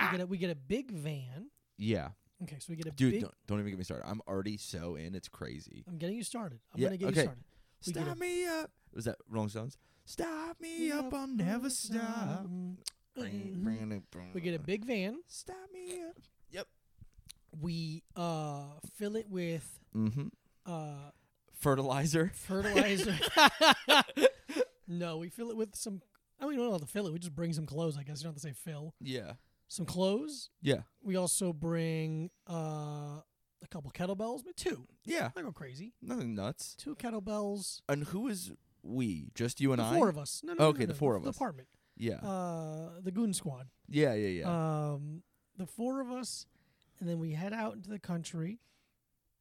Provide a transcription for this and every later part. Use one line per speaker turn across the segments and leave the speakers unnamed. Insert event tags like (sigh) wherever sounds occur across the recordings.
We get a, we get a big van.
Yeah,
Okay, so we get a
dude,
big.
don't, don't even get me started. I'm already so in. It's crazy.
I'm getting you started. I'm
Yeah,
gonna get
okay.
you started. We get
Stop
a-
me up. Was that Rolling Stones? Stop me up. I'll never stop.
Mhm. We get a big van.
Stop me up.
We uh fill it with
Mm-hmm.
uh
Fertilizer. (laughs)
fertilizer. (laughs) no, we fill it with some. I mean, we don't have to fill it. We just bring some clothes. I guess you don't have to say fill
Yeah.
some clothes.
Yeah.
We also bring uh a couple kettlebells, but two.
Yeah.
I go crazy.
Nothing nuts.
Two kettlebells.
And who is we? Just you and
the
I.
four of us. No, no, no,
Okay,
no,
the
no,
four of us.
Apartment.
Yeah.
Uh, the goon squad.
yeah. Yeah. Yeah.
Um, the four of us, and then we head out into the country.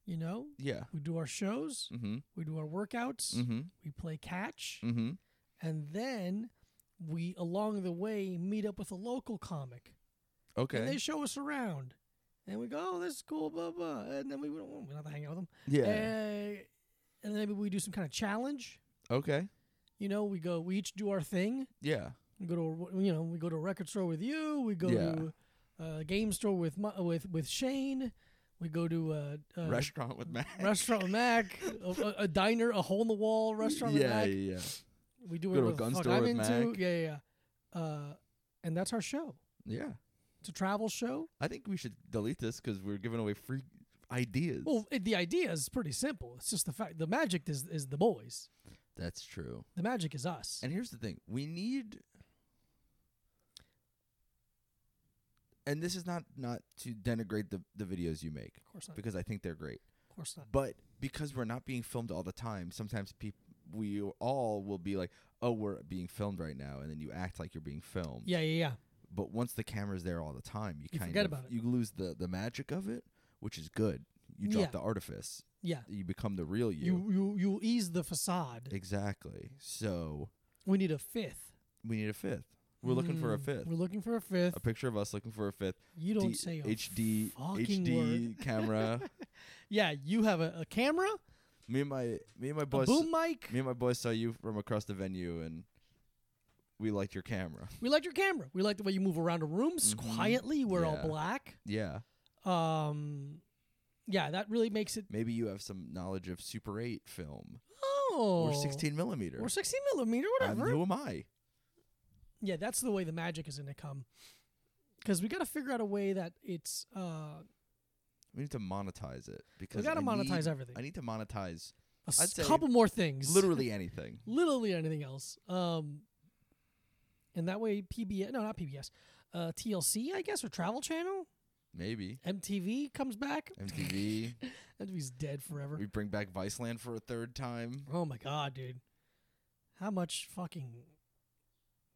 You know,
yeah.
we do our shows,
Mm-hmm.
we do our workouts,
Mm-hmm.
we play catch,
Mm-hmm.
and then we along the way meet up with a local comic, and they
Okay.
show us around, and we go, "Oh, this is cool," blah blah, and then we we don't, we don't have to hang out with them.
Yeah.
Uh, and then maybe we do some kind of challenge.
okay.
You know, we go, we each do our thing.
Yeah.
We go to a, you know we go to a record store with you. We go
Yeah.
to a game store with my, with with Shane. We go to a, a
Restaurant with Matt.
restaurant with Mac, a, a- a diner, a hole in the wall restaurant with
(laughs) yeah,
Mac.
yeah, yeah.
We do
Go to a
whatever
gun
the fuck
store
I'm
with
into.
Mac.
Yeah, yeah. yeah. Uh, and that's our show.
Yeah.
It's a travel show.
I think we should delete this because we're giving away free ideas.
Well, it, the idea is pretty simple. It's just the fact the magic is is the boys.
That's true.
The magic is us.
And here's the thing we need. And this is not not to denigrate the, the videos you make
of course not.
because I think they're great.
Of course not.
But because we're not being filmed all the time, sometimes people we all will be like, "Oh, we're being filmed right now," and then you act like you're being filmed.
Yeah, yeah, yeah.
But once the camera's there all the time, you,
You
kind
forget
of
about it.
you lose the the magic of it, which is good. You drop
Yeah.
the artifice.
Yeah.
You become the real you.
You you you ease the facade.
Exactly. So
We need a fifth.
we need a fifth. We're looking for a
Mm,
fifth.
We're looking for a fifth.
A picture of us looking for a fifth.
You don't
D-
say a
HD
fucking
HD (laughs) camera.
Yeah, you have a, a camera,
me and my me and my
a
boss
boom mic.
me and my boys saw you from across the venue and we liked your camera.
We like your camera. We like the way you move around a room s-
Mhm.
quietly. You Wear
Yeah.
all black.
Yeah.
Um, yeah, that really makes it.
Maybe you have some knowledge of Super 8 film
Oh,
or 16 millimeter.
or sixteen millimeter,
Uh,
whatever.
who am I?
Yeah, that's the way the magic is going to come. Because we got to figure out a way that it's. Uh,
We need to monetize it because
gotta
I
monetize
need-
everything.
I need to monetize
a s-
I'd say
couple more things.
literally anything.
literally anything else. Um, and that way, PBS, no, not PBS, uh, TLC, I guess, or Travel Channel,
Maybe
MTV comes back. (laughs)
MTV.
MTV's dead forever.
we bring back Viceland for a third time.
oh my god, dude, how much fucking?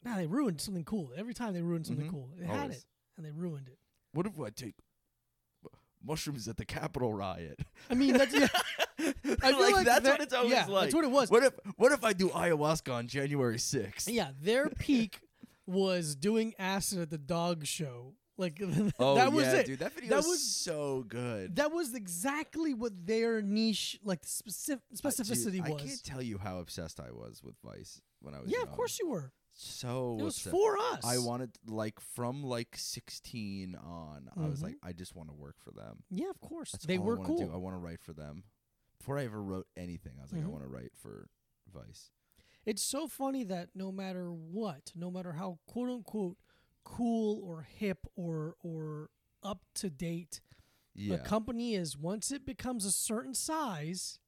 Nah, they ruined something cool. Every time they ruined something
Mhm.
cool, they had
Always.
it and they ruined it.
What if I take mushrooms at the Capitol riot? (laughs)
I mean, that's (laughs) yeah, I feel
like,
like
that's
that-
what it's always
yeah,
like.
that's what it was.
What if what if I do ayahuasca on January 6th?
yeah. Their peak was doing acid at the dog show. Like (laughs)
Oh,
that was
yeah,
it.
dude. That video
That
was,
was-
so good.
That was exactly what their niche, like the specific
Uh, dude,
specificity was.
I can't tell you how obsessed I was with Vice when I was
Yeah, of
young.
course you were.
So
It was
obsessed.
for us.
I wanted like from like 16 on. I was
Mhm.
like, I just want to work for them.
Yeah, of course.
That's
they
all
were
I wanna
cool.
Do. I want to write for them. Before I ever wrote anything, I was like,
Mhm.
I want to write for Vice.
It's so funny that no matter what, no matter how quote unquote cool or hip or or up to date
Yeah,
a company is, once it becomes a certain size,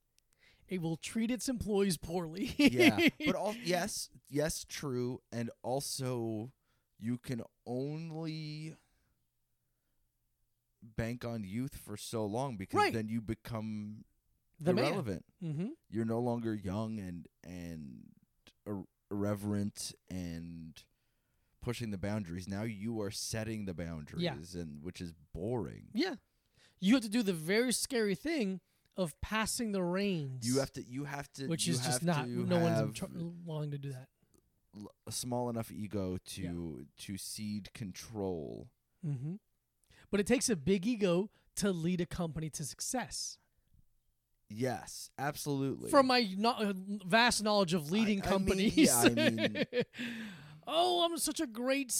it will treat its employees poorly.
yeah.
(laughs)
But all yes, yes, true, and also you can only bank on youth for so long because
Right.
then you become
the man.
irrelevant.
Mm-hmm.
you're no longer young and and ir- irreverent and pushing the boundaries. Now you are setting the boundaries, and which is boring.
Yeah, you have to do the very scary thing of passing the reins.
You have to. You have to.
which
you
is
have
just not
to
no one's in
have
tr- willing to do that.
l- a small enough ego to
Yeah.
to cede control.
Mm-hmm. But it takes a big ego to lead a company to success.
Yes, absolutely.
From my no- vast uh, knowledge of leading
I mean,
companies,
yeah, I mean-
(laughs) oh, I'm such a great E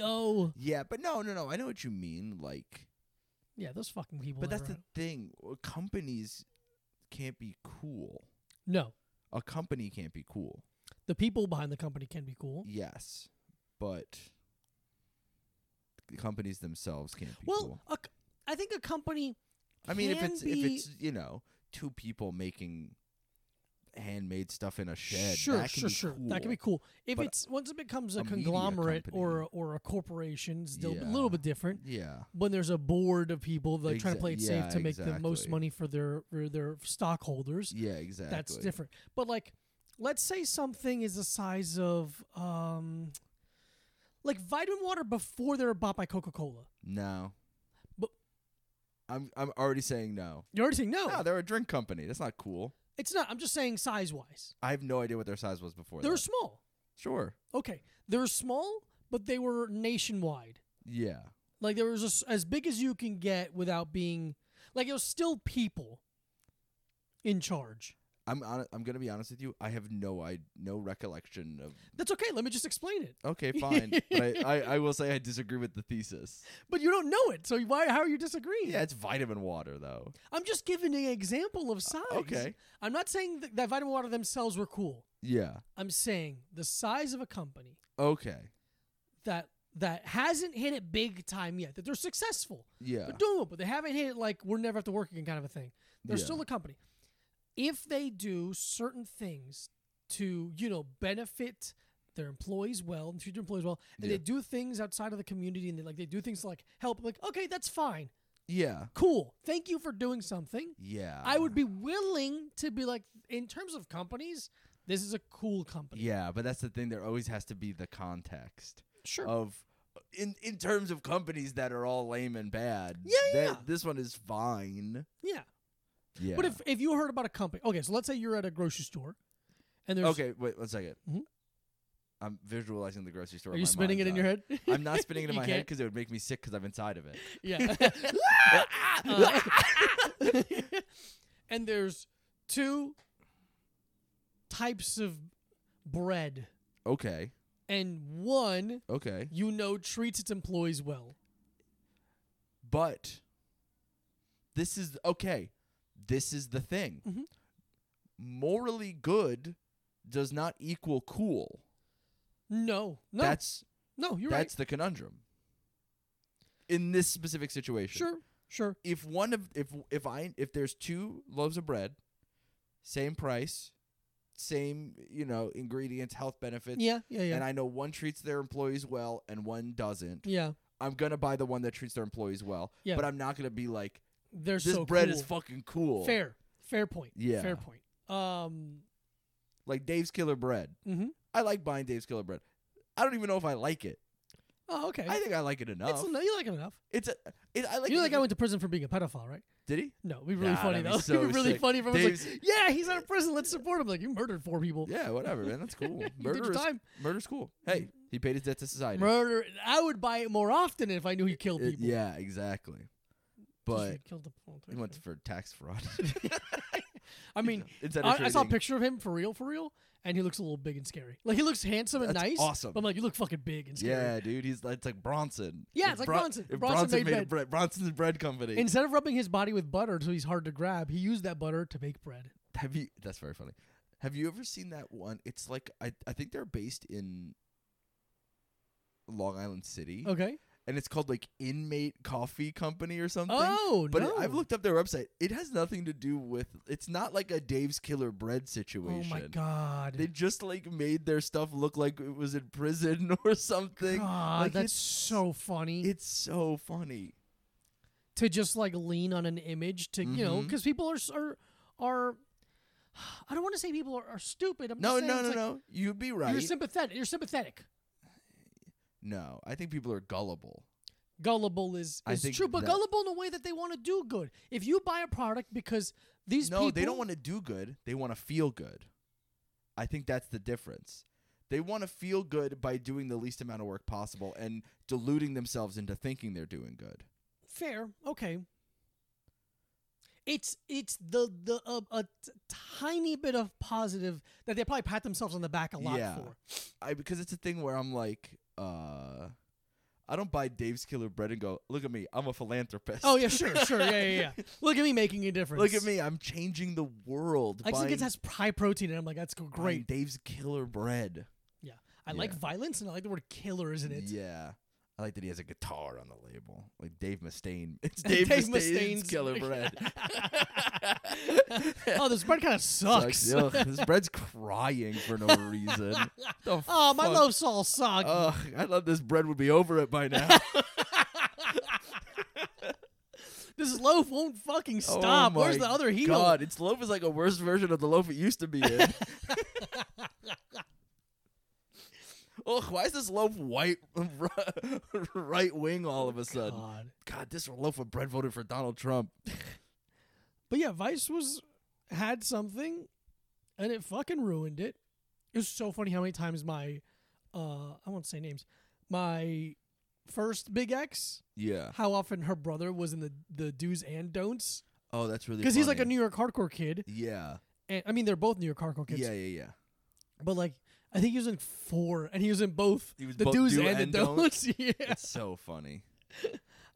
CEO.
Yeah, but no, no, no. I know what you mean. Like,
Yeah, those fucking people.
but
that
that's
are
the
on-
thing. uh, Companies can't be cool.
no.
A company can't be cool.
The people behind the company can be cool.
Yes, but the companies themselves can't be
Well,
cool.
a c I think a company.
I mean, if
can
it's if
be-
it's you know two people making handmade stuff in a shed,
sure,
that can
sure,
be
sure,
Cool.
that can be cool. If
But
it's once it becomes a,
a media
conglomerate
company-
or a- or a corporation, it's still a
Yeah.
little bit different.
Yeah,
When there's a board of people like trying to
Exa-
play it
yeah,
safe to make the most
exactly.
money for their for their stockholders,
yeah, exactly.
that's different. But like, let's say something is the size of um, like vitamin water before they were bought by Coca Cola.
No,
But- Oh.
I'm I'm already saying no.
You're already saying no.
No, they're a drink company. That's not cool.
it's not. I'm just saying size wise,
I have no idea what their size was before.
they're
that.
small.
sure.
Okay, they're small, but they were nationwide.
Yeah.
Like there was a s as big as you can get without being like it was still people in charge.
I'm on, I'm gonna be honest with you. I have no I no recollection
(laughs)
of.
That's okay. Let me just explain it.
Okay, fine. but I, I, I will say I disagree with the
(laughs)
thesis.
But you don't know it, so why? How are you disagreeing?
Yeah, it's vitamin water though.
I'm just giving an example of size.
okay.
I'm not saying that, that vitamin water themselves were cool.
Yeah.
I'm saying the size of a company
Okay.
that that hasn't hit it big time yet. That they're successful.
Yeah.
They're doing it, but they haven't hit it like we're never have to work again kind of a thing. They're
Yeah.
still a company. If they do certain things to, you know, benefit their employees well and future employees well, and
Yeah.
they do things outside of the community and they like they do things to, like help, like, okay, that's fine.
Yeah.
Cool. Thank you for doing something.
Yeah.
I would be willing to be like in terms of companies, this is a cool company.
Yeah, but that's the thing. There always has to be the context
Sure.
of, in in terms of companies that are all lame and bad.
Yeah, yeah,
that-
yeah.
This one is fine.
yeah.
Yeah.
But if if you heard about a company okay, so let's say you're at a grocery store and there's
okay, wait one second.
Mhm.
I'm visualizing the grocery store.
Are
in
you
my
spinning it
mind's
in your
eye.
head? (laughs)
I'm not spinning it in
You
my head
can't?
because it would make me sick because I'm inside of it.
Yeah. Uh, (laughs) and there's two types of bread,
Okay.
and one
Okay.
you know treats its employees well.
But this is okay. This is the thing.
Mhm.
Morally good does not equal cool.
No, no,
That's
no, you're
that's the conundrum. In this specific
right.
situation.
Sure, sure.
If one of if if I if there's two loaves of bread, same price, same, you know, ingredients, health benefits,
Yeah, yeah, yeah,
and I know one treats their employees well and one doesn't,
yeah.
I'm going to buy the one that treats their employees well,
Yeah.
but I'm not going to be like
They're
this
so
bread
cool.
is fucking cool.
fair, fair point.
Yeah.
fair point. Um,
Like Dave's Killer Bread.
mhm.
I like buying Dave's Killer Bread. I don't even know if I like it.
oh, okay.
I think I like it enough.
It's, no, you like him enough.
It's a. It, I like.
you
it
like I
enough-
went to prison for being a pedophile, right?
Did he?
No, it'd be really
Nah,
funny
that'd
though.
be
(laughs)
so
it'd be really
sick.
funny. If everyone's like,
Dave's-
"Yeah, he's out of prison. Let's support him." Like you murdered four people.
Yeah, whatever, man. That's cool.
You (laughs) did your
Murder is
time.
murder's cool. Hey, he paid his debt to society.
Murder. I would buy it more often if I knew he killed
It-
people.
Uh, yeah, exactly.
Just
But
like killed the whole
he
person.
went for
(laughs)
tax fraud. (laughs)
I mean,
Instead of
I, I saw a
trading.
picture of him for real, for real, and he looks a little big and scary. Like he looks handsome and
That's
nice.
awesome.
But I'm like, you look fucking big and scary.
Yeah, dude. He's it's like Bronson.
Yeah,
If
it's like
Bron-
Bronson.
If
Bronson
Bronson,
made
made, a
bread.
bread, Bronson's bread company.
Instead of rubbing his body with butter so he's hard to grab, he used that butter to make bread.
Have you? That's very funny. Have you ever seen that one? It's like I I think they're based in Long Island City,
Okay.
and it's called like Inmate Coffee Company or something.
Oh
but it-
no!
I've looked up their website. It has nothing to do with. It's not like a Dave's Killer Bread
Oh
situation.
my god!
They just like made their stuff look like it was in prison (laughs) or something.
god,
like,
that's
it's-
so funny.
It's so funny.
to just like lean on an image to you know
Mhm.
because people are s- are are I don't want to say people are, are stupid. I'm
No,
just saying
no,
it's
no,
like,
no. You'd be right.
You're sympathetic. You're sympathetic.
no, I think people are gullible.
Gullible is,
I
is
think
true, but
that-
gullible in a way that they want to do good. If you buy a product because these
no,
people,
they don't want to do good. They want to feel good. I think that's the difference. They want to feel good by doing the least amount of work possible and deluding themselves into thinking they're doing good.
fair. Okay, it's it's the the uh, a t- tiny bit of positive that they probably pat themselves on the back a lot
Yeah.
for.
I because it's a thing where I'm like, uh, I don't buy Dave's Killer Bread and go, look at me, I'm a philanthropist.
Oh yeah, sure, sure, yeah, yeah,
(laughs)
yeah. Look at me making a difference.
look at me, I'm changing the world.
I just think
buying-
it has high protein, and I'm like, that's
buying
great.
Dave's Killer Bread.
Yeah, I like
Yeah.
violence, and I like the word killer, isn't it?
Yeah. I like that he has a guitar on the label, like Dave Mustaine. (laughs) It's
(laughs) Dave
Dave,
Mustaine's-
Mustaine's,
(laughs)
Killer Bread.
(laughs) oh, this bread kind of sucks.
Sucks. Ugh, this bread's crying for no reason. The
(laughs) oh, my
fuck? Uh,
loaves all suck.
Ugh, I thought this bread would be over it by now.
this loaf won't fucking stop.
Oh
Where's
my
the other heel?
God, its loaf is like a worse version of the loaf it used to
(laughs)
be in. Ugh, why is this loaf white, (laughs) right wing all of a sudden? God.
Oh God.
this loaf of bread voted for Donald Trump.
But yeah, Vice was had something, and it fucking ruined it. It was so funny how many times my, uh, I won't say names, my first big ex,
Yeah.
how often her brother was in the the do's and don'ts
Oh, that's really
because he's like a
funny.
New York hardcore kid,
Yeah.
and I mean they're both New York hardcore kids.
Yeah,
(laughs)
yeah, yeah.
But like, I think he was in four, and he was in both
He was
the
both
do's
do
and,
and
the don'ts. (laughs) yeah,
It's so funny.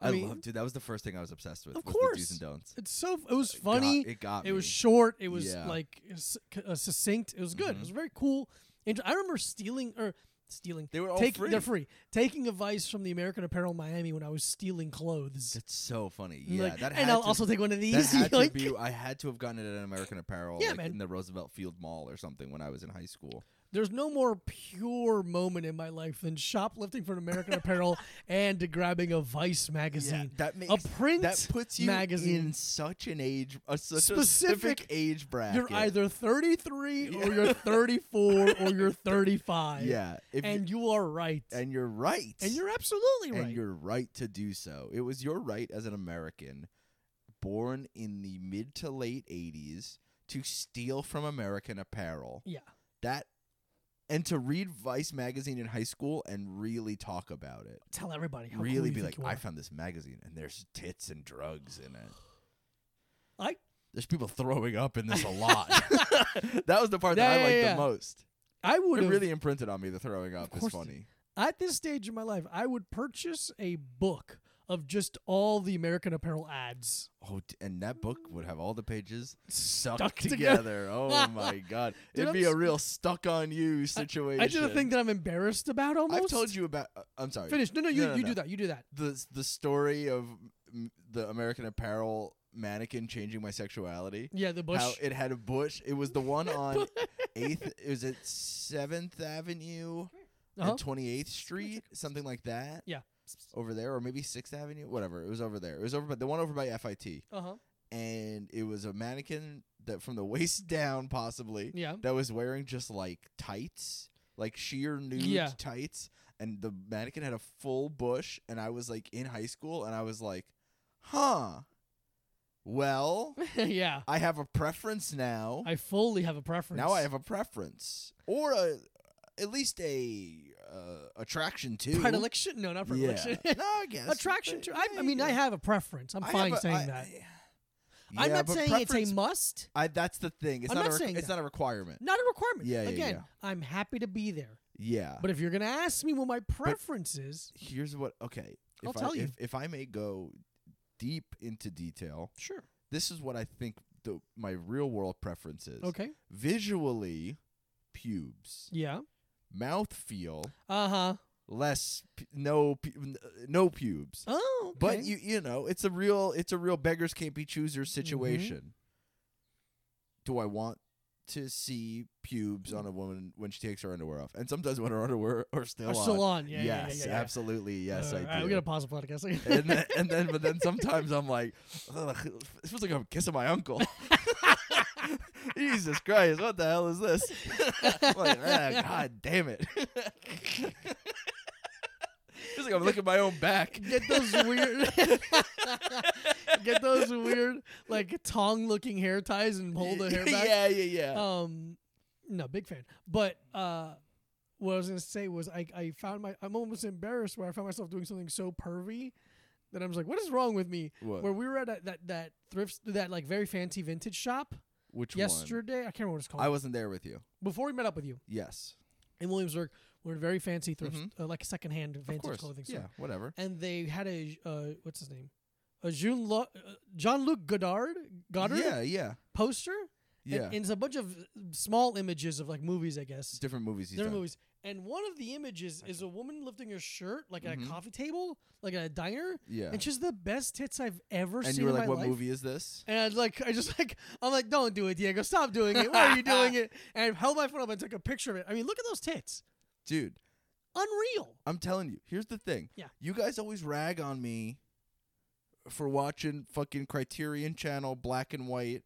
I
I,
mean-
love, dude. That was the first thing I was obsessed with.
Of
was the
course.
do's and don'ts.
it's so it was funny.
Got- it got
It was
me.
short. It was
Yeah. Mm-hmm.
like s- c- uh, succinct. It was good. It was very cool. And I remember stealing or stealing.
They were all
taking,
free.
They're free. Taking advice from the American Apparel Miami when I was stealing clothes.
It's so funny.
And
Yeah,
like,
that had
and I'll
to,
also take one of
that
these. (laughs)
had to
like-
be. I had to have gotten it at an American Apparel,
Yeah,
like,
man.
in the Roosevelt Field Mall or something when I was in high school.
there's no more pure moment in my life than shoplifting from American
(laughs)
Apparel and grabbing a Vice magazine.
that
a print
that puts you
magazine.
in such an age, a such
Specific-
a specific age bracket.
You're either
(laughs)
33 or you're 34 or you're 35.
yeah, if you-
and you are right. And,
and you're right,
you're absolutely
and
right.
you're right to do so. It was your right as an American, born in the mid to late '80s, to steal from American Apparel.
yeah.
that and to read Vice magazine in high school and really talk about it.
Tell everybody how cool
really
you
be
think
like,
you
I
are.
found this magazine and there's tits and drugs in it.
I-
there's people throwing up in this a lot.
(laughs)
(laughs) that was the part that
Yeah,
I liked
yeah, yeah.
the most.
I would
It
have
really imprinted on me the throwing up is
course it
funny.
at this stage in my life, I would purchase a book of just all the American Apparel ads.
Oh, d- and that book would have all the pages stuck,
Stuck together.
(laughs) together. oh
(laughs)
my god,
Dude,
it'd
I'm
be
s-
a real stuck on you situation.
I did a thing that I'm embarrassed about almost.
I've told you about. uh, I'm sorry.
Finish. No, no, you,
No, no,
you
no.
do that. You do that.
the the story of m- the American Apparel mannequin changing my sexuality.
Yeah, the bush.
How it had a bush. It was the one
(laughs)
on Eighth. It was at Seventh Avenue
Uh-huh.
and Twenty Eighth Street, something like that.
Yeah.
over there, or maybe Sixth Avenue. Whatever. It was over there. It was over by the one over by FIT,
Uh-huh.
and it was a mannequin that from the (laughs) waist down, possibly
Yeah. (laughs)
that was wearing just like tights, like sheer nude
Yeah.
tights, and the mannequin had a full bush, and I was like in high school, and I was like, huh,
(laughs)
well,
yeah.
I have a preference now.
I fully have a preference.
now I have a preference, or a, at least a uh, attraction to
predilection. No, not predilection.
Yeah. (laughs) no, I guess
(laughs) Attraction
but-
to. I,
yeah,
I mean, I
yeah.
have a preference. I'm
I
fine
have a-
saying
I-
that.
I-
I'm
yeah,
not
but
saying it's
preference-
a must,
I, that's the thing. It's
I'm
not,
not
a
saying
rec- it's
that.
not a requirement.
not a requirement.
Yeah, yeah,
Again,
yeah.
I'm happy to be there.
Yeah.
But if you're gonna ask me what my preference is,
here's what okay if
I'll
I,
tell you.
If, if i may go deep into detail
sure.
this is what i think the my real world preference is
Okay.
visually pubes
Yeah.
mouth feel
Uh huh.
less p- no pu- n- uh, no pubes
Oh.
but
okay. Mm-hmm.
you you know it's a real it's a real beggars can't be choosers situation do i want to see pubes
Mm-hmm.
on a woman when she takes her underwear off and sometimes when her underwear are still
Or
on
salon. Yeah, yeah,
yes
yeah, yeah, yeah.
absolutely yes
Uh,
i do
all right, we gotta (laughs) pause the podcast.
(laughs) and then, and then but then sometimes I'm like, "Ugh, it feels like I'm kissing
(laughs)
my uncle. (laughs) Jesus Christ, what the hell is this? I'm like, ah, God damn it. (laughs) feels like I'm looking at my own back.
get those
(laughs)
weird, (laughs) get those weird like tongue looking hair ties and pull the hair back.
Yeah, yeah, (laughs) yeah.
Um, no, big fan. But uh, what I was gonna say was I I found my I'm almost embarrassed where I found myself doing something so pervy that I was like, what is wrong with me?
What?
Where we were at that that, that thrift that like very fancy vintage shop
Which one?
yesterday. I can't remember what it's called.
I wasn't there with you.
Before we met up with you
Yes.
in Williamsburg, we're at a very fancy thrift,
Mhm.
uh, like a secondhand
of
vintage
course.
clothing store.
yeah, whatever.
And they had a uh, what's his name, a Jean Lo- uh, Jean Luc Godard Goddard
Yeah, yeah.
poster.
Yeah.
and, and it's a bunch of small images of like movies, I guess.
different movies he's
Different
done.
movies. And one of the images is a woman lifting her shirt like at a
Mhm.
coffee table, like at a diner,
Yeah.
and she's the best tits I've ever
And
seen
you were
in
like,
my
what
life.
movie is this?
And I like, I just (laughs) like, I'm like, don't do it, Diego. Stop doing it. Why are you doing (laughs) it? And I held my phone up and took a picture of it. I mean, look at those tits,
Dude,
unreal.
I'm telling you, here's the thing.
Yeah.
You guys always rag on me for watching fucking Criterion Channel black and white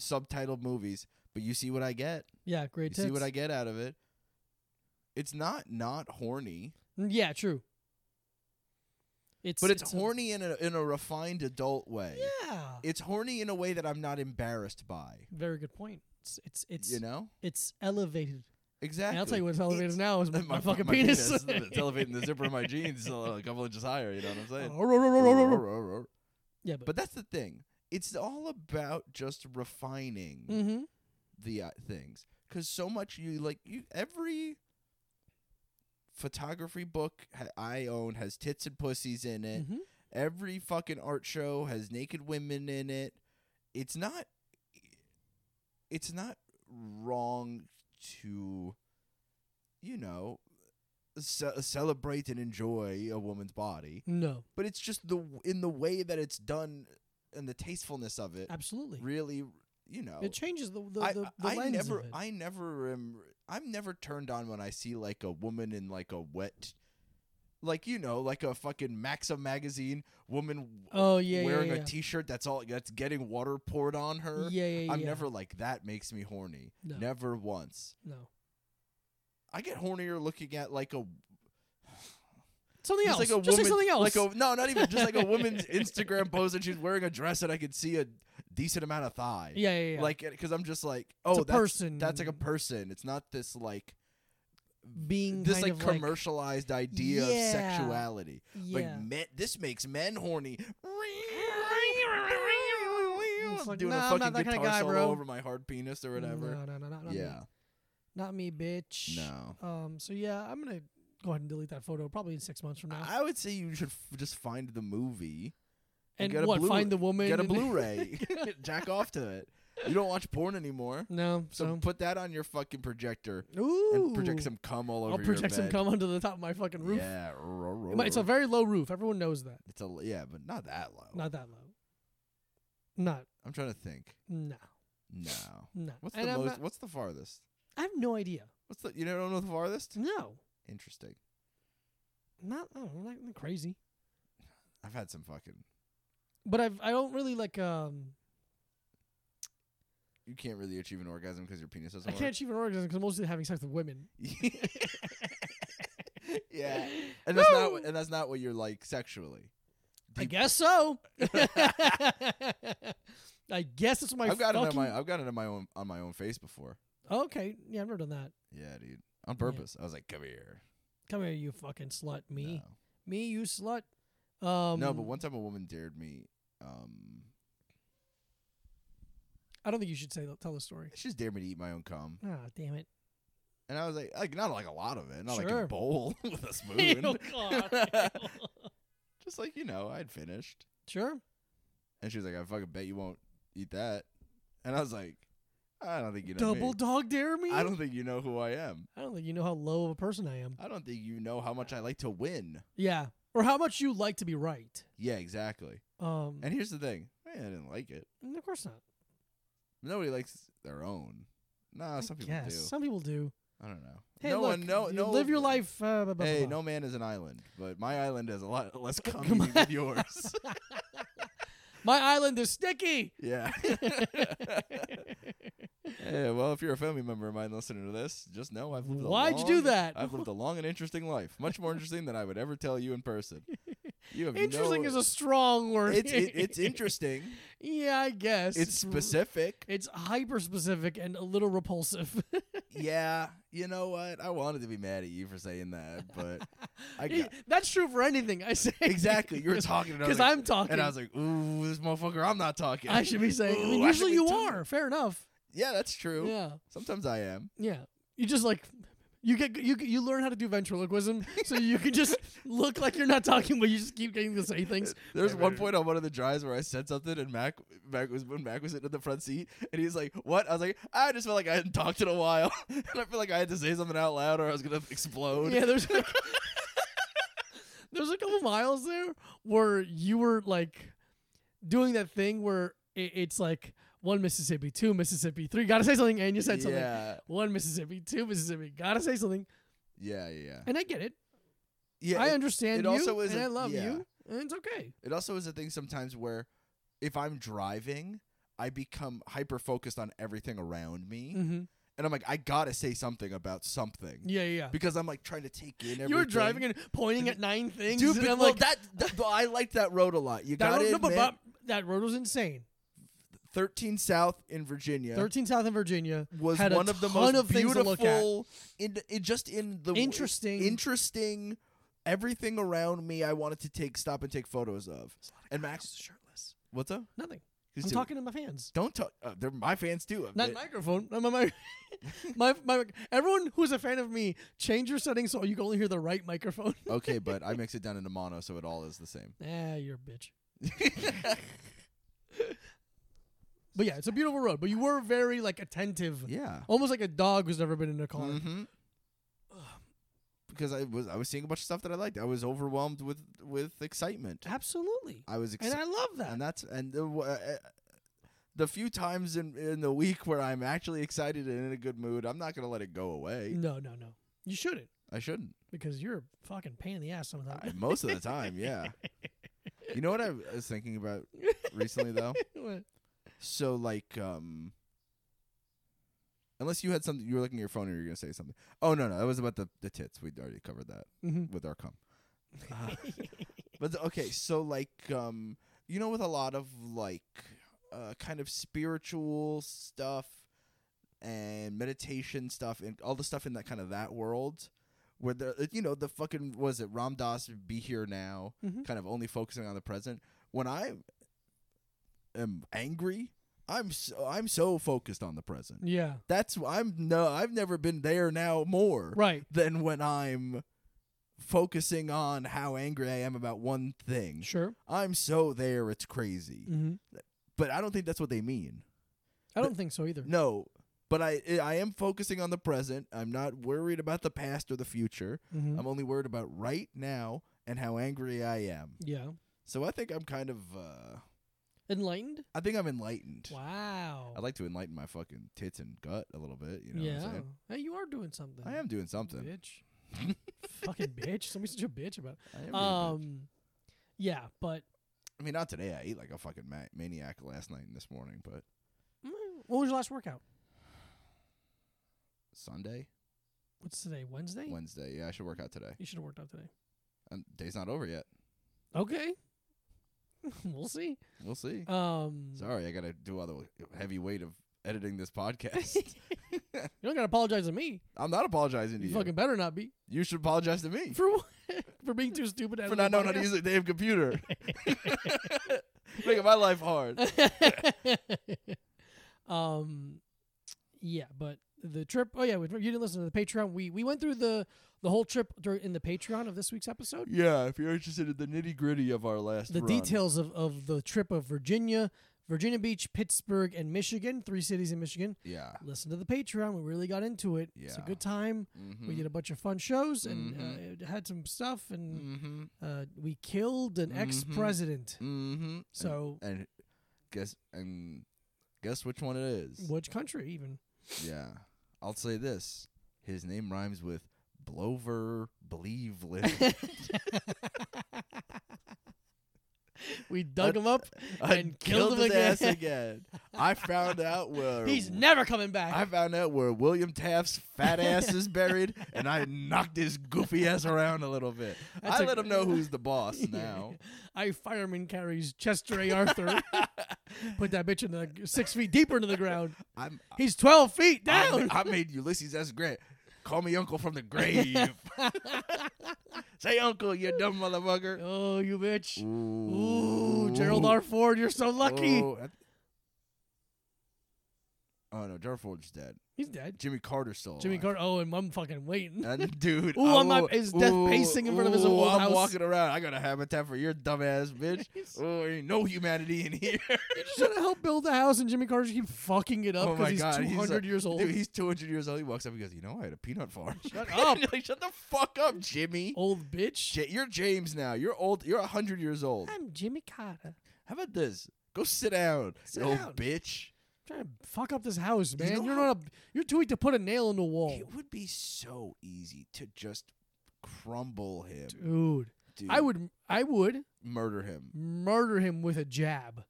subtitled movies, but you see what I get.
Yeah, great
You see what I get out of it. It's not not horny,
Mm, yeah, true. It's
but it's,
a-
horny in a in a refined adult way.
yeah,
It's horny in a way that I'm not embarrassed by.
very good point. It's it's it's
you know?
it's elevated.
Exactly.
And I'll tell
(laughs)
you what's elevated now is my,
my,
fucking
my
penis. (laughs)
it's elevating the zipper of my jeans a couple inches higher, you know what I'm saying?
(laughs) Oh, yeah, but,
But that's the thing. It's all about just refining
(laughs) mm-hmm.
the uh, things because so much you like you every photography book ha- I own has tits and pussies in it.
Mm-hmm.
Every fucking art show has naked women in it. It's not. It's not wrong to, you know, ce- celebrate and enjoy a woman's body
No,
but it's just the w- in the way that it's done and the tastefulness of it
absolutely.
really you know
It changes the the,
I,
the, the
I
lens
never
of it.
i never am i'm never turned on when i see like a woman in like a wet like you know like a fucking maxim magazine woman w-
oh yeah,
wearing
yeah, yeah.
a t-shirt that's all that's getting water poured on her
yeah, yeah, yeah.
i'm never like that makes me horny
No.
never once
no
i get hornier looking at like a
something else.
Just like a
Just
woman,
say something else.
Like a no, not even just like
(laughs)
a woman's Instagram post and she's wearing a dress and I could see a decent amount of thigh.
yeah, yeah, yeah.
Like because I'm just like, oh,
It's a
that's
person.
that's like a person. It's not this like
being
this
kind
like
of
commercialized
Yeah.
idea of sexuality.
Yeah.
Like men, this makes men horny.
like,
Doing
nah,
a
I'm not
fucking
that
guitar
kinda guy,
solo
bro.
over my hard penis or whatever.
No, no, no, no, not
yeah,
me. Not me, bitch.
no.
Um. So yeah, I'm gonna go ahead and delete that photo probably in six months from now.
I would say you should f- just find the movie.
and
get a
what?
Blu-
find the woman.
Get a
and- (laughs)
Blu-ray. (laughs) Jack off to it. You don't watch porn anymore, (laughs)
no.
so,
So.
put that on your fucking projector
Ooh.
and project some cum all over
I'll project
your
some
bed.
cum onto the top of my fucking roof.
Yeah, ro- ro-
It might- It's a
ro-
very low roof. Everyone knows that.
it's a yeah, but not that low.
Not that low. Not
I'm trying to think.
no
No,
no.
what's
And
the
I'm
most?
not-
what's the farthest?
I have no idea.
What's the? You don't know the farthest?
No,
Interesting.
not I don't know, not crazy.
I've had some fucking.
But I've I don't really like um
You can't really achieve an orgasm because your penis doesn't
I can't achieve an orgasm because I'm mostly having sex with women.
work. (laughs) yeah, and that's not
Woo!
what- and that's not what you're like sexually.
I
Deep-
guess so. (laughs) I guess it's my.
I've gotten it on
fucking,
my I've gotten it on my own on my own face before.
okay, yeah, I've never done that.
Yeah, dude. On purpose. I was like, come here.
Come here, you fucking slut. Me,
No.
me, you slut. Um,
No, but one time a woman dared me. Um,
I don't think you should say tell the story.
she just dared me to eat my own cum,
Ah, damn it.
and I was like, like not like a lot of it, not like
Sure.
a bowl (laughs) with
(laughs)
a
Ew,
spoon.
Oh, God.
(laughs) just like you know, I'd finished,
sure.
and she was like, I fucking bet you won't eat that, and I was like, I don't think you know
Double
me.
dog dare me.
I don't think you know who I am.
I don't think you know how low of a person I am.
I don't think you know how much I like to win.
Yeah, or how much you like to be right.
Yeah, exactly.
Um,
And here's the thing, Eh, I didn't like it.
and of course not.
Nobody likes their own. Nah,
I
some people
guess.
do.
Some people do.
I don't know.
Hey,
no
look,
one, no,
you
no.
live your life. Uh, blah, blah,
Hey,
blah.
no man is an island, but my island has a lot
(laughs)
less
Come
comedy
on. (laughs)
than yours.
My island is
(laughs)
sticky.
yeah. yeah. Well, if you're a family member of mine listening to this, just know I've lived. a
Why'd you do
long-
that? (laughs)
I've lived a long and interesting life, much more interesting than I would ever tell you in person. You have
Interesting
no,
is a strong word.
It's it,
(laughs)
it's interesting.
yeah, I guess.
it's
r-
specific.
It's hyper specific and a little repulsive.
yeah, you know what? I wanted to be mad at you for saying that, but
(laughs)
I
Yeah,
got
That's true for anything I say. (laughs)
exactly. You were talking to
because
another-
I'm talking.
and I was like, "Ooh, this motherfucker! I'm not talking."
I should be saying. I mean,
Ooh, I should
usually
be
you
talking.
are. Fair enough.
Yeah, that's true.
Yeah,
Sometimes I am.
yeah. You just like you get you you learn how to do ventriloquism, so you can
(laughs)
just look like you're not talking, but you just keep getting to say things. (laughs)
There's one point on one of the drives where I said something, and Mac, Mac was when Mac was sitting in the front seat, and he's like, "What?" I was like, "I just felt like I hadn't talked in a while, (laughs) and I feel like I had to say something out loud, or I was gonna (laughs) explode."
Yeah, there's like, (laughs) there's a couple miles there where you were like doing that thing where it, it's like one Mississippi, two Mississippi, three. Gotta say something, and you said something.
Yeah,
One Mississippi, two Mississippi. Gotta say something,
yeah, yeah.
and I get it.
yeah
I
it-
understand
it
you,
also is
and
a-
I love
yeah.
you, and it's okay.
It also is a thing sometimes where if I'm driving, I become hyper focused on everything around me.
Mm-hmm.
And I'm like, I gotta say something about something.
Yeah, yeah.
Because I'm like trying to take in everything.
You were driving and pointing at
(laughs)
nine things,
Dude,
and
but-
I'm
well,
like,
that, that- well, I liked that road a lot. You
that
got
road,
it.
no, but- but that road was insane.
13 South in Virginia
13 South in Virginia
was
had a
one of the
ton
most
of things to look at.
beautiful in, in just in the
Interesting.
interesting everything around me I wanted to take stop and take photos of. And Max
shirtless.
What's up?
Nothing.
Who's
I'm
doing-
talking to my fans.
Don't talk. Uh, they're my fans too.
Not
They-
microphone. My, my, (laughs) my, my, everyone who's a fan of me, change your settings so you can only hear the right microphone.
(laughs)
(laughs)
okay, but I mix it down into mono, so it all is the same.
Ah, you're a bitch. (laughs) But yeah, it's a beautiful road. But you were very like attentive,
yeah.
almost like a dog who's never been in a car.
hmm Because I was I was seeing a bunch of stuff that I liked. I was overwhelmed with with excitement.
Absolutely,
I was
and
excited,
I love
and,
that.
that's and the, w- uh, uh, the few times in in the week where I'm actually excited and in a good mood, I'm not gonna let it go away.
No, no, no. You shouldn't
I shouldn't.
because you're a fucking pain in the ass sometimes.
I, most of the time, yeah. You know what I was thinking about recently though. (laughs)
What?
So like um unless you had something you were looking at your phone and you were gonna say something. Oh no no, that was about the, the tits. We'd already covered that
Mhm.
with our cum. Uh, but the- okay, so like um you know with a lot of like uh kind of spiritual stuff and meditation stuff and all the stuff in that kind of that world where the uh, you know the fucking was it Ram Dass be here now
Mhm.
kind of only focusing on the present when I am angry I'm so, I'm so focused on the present
(laughs) Yeah,
that's I'm no I've never been there now more (laughs)
right.
than when I'm focusing on how angry I am about one thing.
Sure.
I'm so there, it's crazy.
Mm-hmm.
But I don't think that's what they mean.
I don't think so either.
No, but I I am focusing on the present. I'm not worried about the past or the future.
Mhm.
I'm only worried about right now and how angry I am.
Yeah,
So I think I'm kind of uh (laughs)
enlightened.
I think I'm enlightened.
Wow.
I like to enlighten my fucking tits and gut a little bit, you know
yeah.
what I'm saying?
Hey, you are doing something.
I am
(laughs)
doing something.
Bitch. Fucking bitch. Somebody's such a bitch about.
I am being a
It.
bitch.
Um. Yeah, but
I mean not today. I ate like a fucking ma- maniac last night and this morning, but
mm, what was your last workout?
Sunday,
What's today? Wednesday.
Wednesday. Yeah, I should work out today.
You should have worked out today.
Um, day's not over yet.
Okay. (laughs) we'll see.
We'll see.
Um.
Sorry, I got to do all the heavy weight of editing this podcast.
(laughs) You don't gotta apologize to me.
I'm not apologizing to
You
you.
fucking better not
(laughs)
be
you should apologize to me
(laughs) for what? for being too stupid
for not knowing how to use a damn
(laughs)
computer. (laughs) Making my life hard.
it. (laughs) um. Yeah, but the trip. Oh yeah, we, you didn't listen to the Patreon. We we went through the the whole trip during, in the Patreon of this week's episode.
Yeah, if you're interested in the nitty gritty of our last
the
run.
details of, of the trip of Virginia, Virginia Beach, Pittsburgh, and Michigan, three cities in Michigan.
Yeah.
Listen to the Patreon. We really got into it. It's a
Yeah.
good time.
Mm-hmm.
We did a bunch of fun shows and
Mhm.
uh, it had some stuff, and
Mm-hmm.
uh, we killed an
Mhm.
ex president.
Mm-hmm.
So,
and, and guess and guess which one it is.
which country even?
Yeah. I'll say this. His name rhymes with Blover
(laughs)
Believeland.
We dug him up.
I
And killed him
his ass
again.
again. I found out
(laughs)
where
He's never coming back.
I found out where William Taft's fat ass is buried, and I knocked his goofy ass around a little bit.
(laughs) That's
I
a-
let him know who's
(laughs)
the boss now.
I fireman carries Chester A. Arthur. Put that bitch in the six feet deeper into the ground.
I'm
He's twelve feet
I
down. (laughs)
ma- I made Ulysses S. Grant. Call me uncle from the
(laughs)
grave. Say uncle, you dumb motherfucker.
oh, you bitch.
Ooh,
Ooh, Gerald R. Ford, you're so lucky.
Ooh, I- Oh no, Gerald Ford's dead.
He's dead.
Jimmy Carter's still
Jimmy
alive.
Carter. Oh, and I'm fucking waiting.
And (laughs) dude,
Ooh, I'm
oh,
up- is Death
ooh,
pacing in front of his
ooh,
old
I'm
house?
walking around. I got a habitat for your dumbass bitch.
(laughs) (laughs) He's-
Oh, ain't no humanity
(laughs)
in here.
You just want to help build the house, and Jimmy Carter just keep fucking it up
Oh
because
my
he's
God, he's
200
a-
years old.
Dude, he's 200 years old. He walks up and goes, "You know, I had a peanut farm."
(laughs) Shut up.
You're (laughs) like, shut the fuck up, Jimmy.
old bitch.
Ja- you're James now. You're old. You're 100 years old.
I'm Jimmy Carter.
How about this? Go sit down,
Sit
you old
down.
bitch.
trying to fuck up this house, man.
know
You are
how-
not. A, you're too weak to put a nail in the wall,
It would be so easy to just crumble him, dude.
dude. I would. I would
murder him.
murder him with a
(laughs)
jab.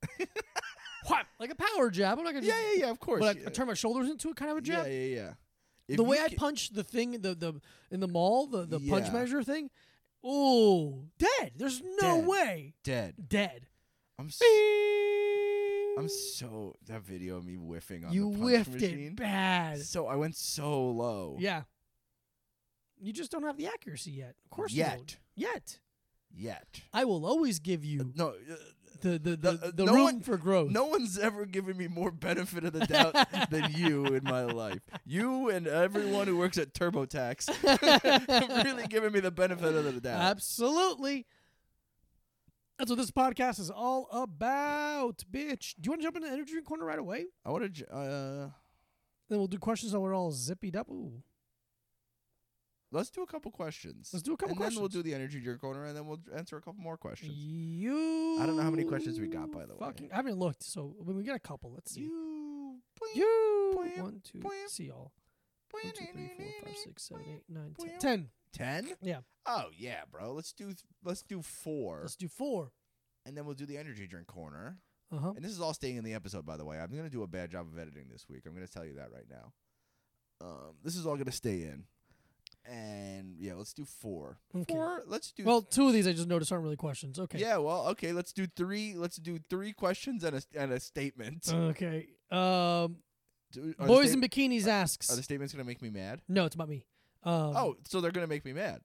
what? Like a power jab? I'm not gonna.
Yeah,
just,
yeah, yeah. Of course.
But I,
yeah.
I turn my shoulders into a kind of a
yeah,
jab.
yeah, yeah. If
the
you
way I
ca-
punch the thing, the the in the mall, the the punch
Yeah.
measure thing. Oh, dead. There's no
Dead.
way.
dead.
Dead.
I'm. So, I'm so that video of me whiffing on
you
the punch
whiffed
machine.
it bad.
So I went so low.
Yeah. You just don't have the accuracy yet. Of course you
Yet.
don't. Yet.
Yet.
I will always give you
No. uh,
the the, the,
the- uh,
the
no
room
one-
for growth.
No one's ever given me more benefit of the doubt
(laughs)
than you in my life. You and everyone who works at TurboTax
(laughs)
have (laughs) really given me the benefit of the doubt.
Absolutely. That's what this podcast is all about, bitch. Do you want to jump into the energy drink corner right away?
I want to. Uh,
Then we'll do questions so we're all zippied up. Ooh.
let's do a couple questions.
Let's do a couple
and then we'll
questions.
do the energy drink corner, and then we'll answer a couple more questions.
You.
I don't know how many questions we got, by the way.
fucking- I haven't looked, so when we get a couple, let's see.
You.
You.
Boing,
One, two,
boing,
see all. One, two, three, four, five, six, seven, eight, nine, ten.
boing.
Ten.
Ten?
Yeah.
Oh yeah, bro. Let's do th- let's do 4
Let's do four.
and then we'll do the energy drink corner.
Uh huh.
And this is all staying in the episode, by the way. I'm gonna do a bad job of editing this week. I'm gonna tell you that right now. Um, this is all gonna stay in. And yeah, let's do four.
Okay.
Four. Let's do.
Well, two of these I just noticed aren't really questions. Okay.
Yeah. Well. Okay. Let's do three. Let's do three questions and a and a statement.
Okay. Um,
Do- are the
Uh, boys
sta-
in bikinis asks.
Are the statements gonna make me mad?
no, it's about me. Um,
oh, so they're gonna make me mad.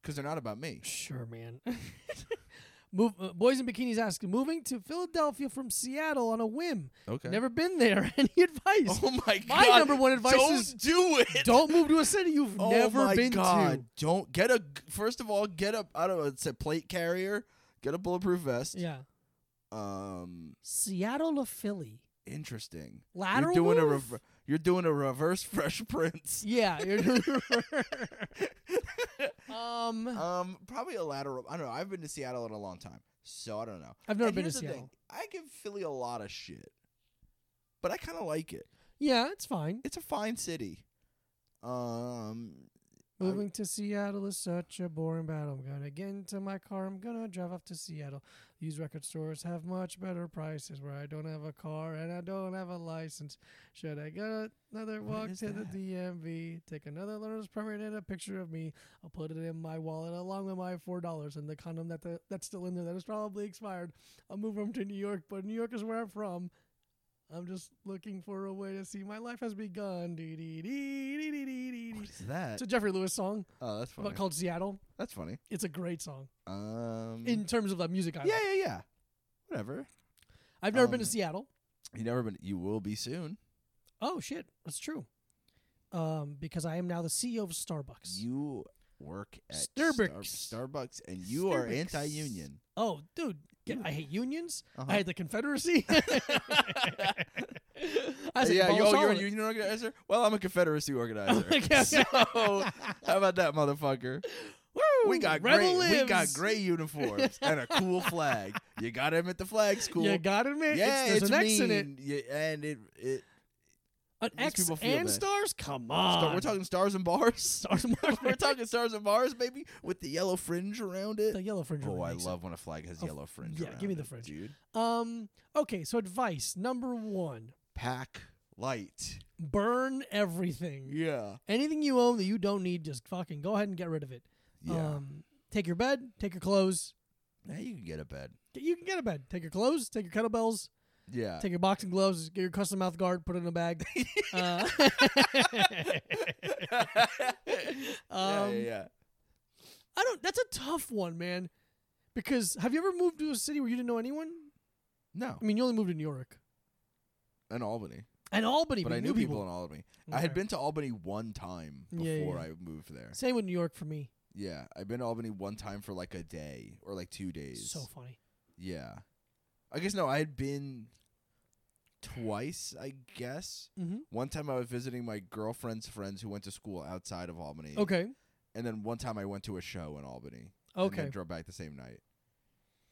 Because they're not about me.
sure, man. (laughs) Move, uh, boys in bikinis ask. Moving to Philadelphia from Seattle on a whim.
Okay. (laughs)
Never been there. (laughs) Any advice?
Oh my god.
My number one advice
Don't
is
do it.
don't move to a city you've
Oh
never
my
been
God. Don't get a. First of all, get a. I don't know. It's a plate carrier. Get a bulletproof vest.
to. Yeah.
Um.
Seattle to Philly.
Interesting.
Lateral
you're doing a
move?
rever- You're doing a reverse (laughs) Fresh Prince.
Yeah. (laughs) you're- (laughs) um,
um. Probably a lateral. I don't know. I've been to Seattle in a long time, so I don't know.
I've never
And
been to
here's the
Seattle.
thing. I give Philly a lot of shit, but I kind of like it.
Yeah, it's fine.
It's a fine city. Um. I-
Moving to Seattle is such a boring battle. I'm gonna get into my car. I'm gonna drive off to Seattle. These record stores have much better prices where I don't have a car and I don't have a license. Should I get another
What
walk
is
to
that?
the DMV? Take another learner's permit and a picture of me. I'll put it in my wallet along with my four dollars and the condom that the, that's still in there that is probably expired. I'll move from to New York, but New York is where I'm from. I'm just looking for a way to see my life has begun. Dee dee dee dee dee dee dee. dee.
What is that?
It's a Jeffrey Lewis song
Oh, that's
about
funny.
called Seattle.
That's funny.
It's a great song
Um.
in terms of the music. I
Yeah,
like.
yeah, yeah. Whatever.
I've never been to
um,
Seattle.
You never been. You will be soon.
Oh shit, that's true. Um, because I am now the CEO of Starbucks.
You work at Star-
Starbucks.
Starbucks, and you are
Starbucks.
anti-union.
oh, dude, get, I hate unions.
Uh-huh.
I hate the Confederacy. (laughs) I said,
yeah,
abolish
you, oh,
all Oh
you're a
of it.
union organizer. Well, I'm a
(laughs)
Confederacy organizer.
Okay.
So (laughs) how about that, motherfucker?
Woo!
We got
Rebel
gray. We got
lives.
gray uniforms
(laughs)
and a cool flag. You gotta admit the flag's cool.
You got to admit,
yeah,
it's, there's
it's
an X in it.
mean. Yeah, and it it
An
These
X
people feel
and
bad.
stars? Come
Star-
on.
we're talking stars and bars. (laughs)
stars and bars.
we're talking stars and bars, baby, with the yellow fringe around it.
the yellow fringe.
Oh,
really
I
makes
love when a flag has
Oh,
yellow fringe.
yeah, give
around
me the
it,
fringe.
dude.
it. Um. Okay. So advice number one:
Pack light.
burn everything.
Yeah.
Anything you own that you don't need, just fucking go ahead and get rid of it.
Yeah.
Um, take your bed. Take your clothes.
now you can get a bed.
You can get a bed. Take your clothes. Take your kettlebells.
Yeah.
Take your boxing gloves, get your custom mouth guard, put it in a
(laughs)
bag. uh, (laughs)
yeah,
um,
yeah, yeah.
I don't. That's a tough one, man. Because have you ever moved to a city where you didn't know anyone?
No,
I mean, you only moved to New York
in Albany,
and Albany,
but I
you
knew people in Albany. I had
Okay.
been to Albany one time before
Yeah, yeah, yeah.
I moved there.
Same with New York for me.
Yeah, I've been to Albany one time for like a day or like two days.
So funny.
yeah, I guess no, I had been twice. I guess
Mm-hmm.
one time I was visiting my girlfriend's friends who went to school outside of Albany.
Okay.
and then one time I went to a show in Albany. and
Okay.
then drove back the same night.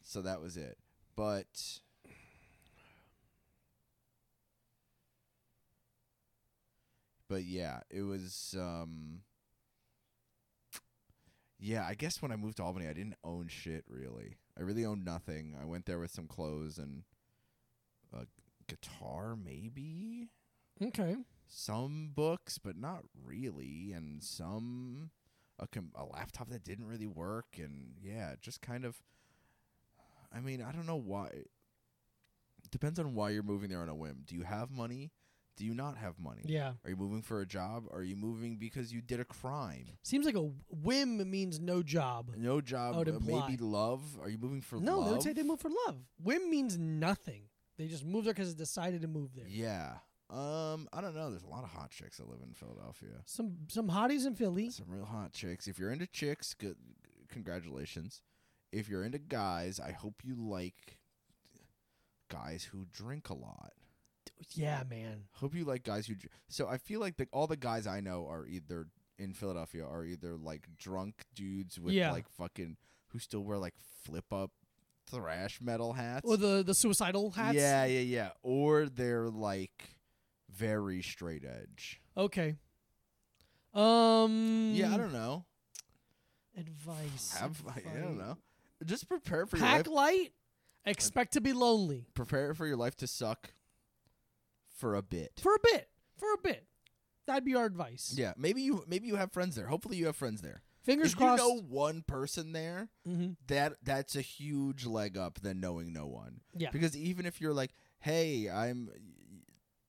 So that was it. But But yeah, it was um Yeah, I guess when I moved to Albany, I didn't own shit really. I really owned nothing. I went there with some clothes and a guitar maybe
okay.
some books, but not really, and some a, com- a laptop that didn't really work, and yeah, just kind of. I mean, I don't know why. Depends on why you're moving there on a whim. Do you have money? Do you not have money?
Yeah.
Are you moving for a job? Are you moving because you did a crime?
Seems like a whim means no job.
No
I
job,
would
uh,
imply.
maybe love. Are you moving for
No,
love?
they would say they moved for love. Whim means nothing. They just moved there because they decided to move there.
Yeah. Um, I don't know. There's a lot of hot chicks that live in Philadelphia.
Some some hotties in Philly.
Some real hot chicks. If you're into chicks, good, congratulations. If you're into guys, I hope you like guys who drink a lot.
Yeah, man.
Hope you like guys who. Dr- so I feel like the, all the guys I know are either in Philadelphia are either like drunk dudes with
Yeah.
like fucking who still wear like flip up thrash metal hats.
Or the the suicidal hats.
Yeah, yeah, yeah. Or they're like very straight edge.
Okay. Um.
Yeah, I don't know.
Advice.
Have I
advice.
don't know. Just prepare for your life
Pack light. Expect to be lonely
prepare for your life to suck for a bit.
for a bit. For a bit. That'd be our advice.
Yeah, maybe you maybe you have friends there. Hopefully you have friends there.
Fingers
If you
crossed.
know one person there,
Mhm.
that that's a huge leg up than knowing no one.
Yeah.
Because even if you're like, "Hey, I'm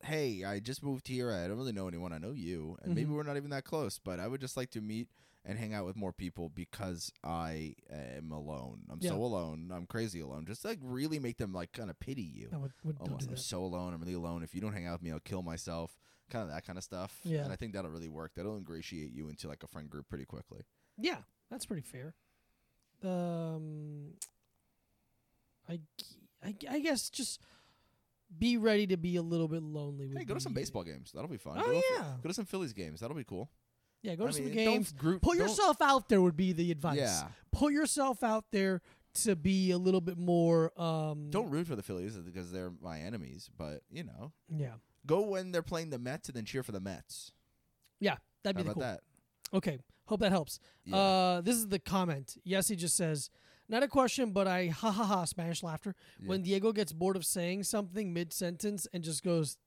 hey, I just moved here. I don't really know anyone. I know you, and maybe
Mhm.
we're not even that close, but I would just like to meet and hang out with more people because I am alone. I'm
Yeah.
so alone. I'm crazy alone. Just like really make them like kind of pity you.
No, would, would, don't do
almost Oh, I'm
that.
so alone. I'm really alone. If you don't hang out with me, I'll kill myself. Kind of that kind of stuff.
Yeah.
And I think that'll really work. That'll ingratiate you into like a friend group pretty quickly.
Yeah, that's pretty fair. Um, I, g- I g- I guess just be ready to be a little bit lonely.
Hey,
would
go to some
be-
baseball games. That'll be fun.
Oh,
go to,
yeah.
Go to some Phillies games. That'll be cool.
Yeah, go to
I
some
mean,
games.
Don't group.
Put
don't-
yourself out there would be the advice.
Yeah.
Put yourself out there to be a little bit more. Um,
Don't root for the Phillies because they're my enemies. But you know,
Yeah,
go when they're playing the Mets and then cheer for the Mets.
yeah, that'd
How
be the
about
cool.
that?
Okay, hope that helps.
Yeah.
Uh, this is the comment. Yes, he just says, not a question, but I ha ha ha Spanish laughter when Diego gets bored of saying something mid sentence and just goes,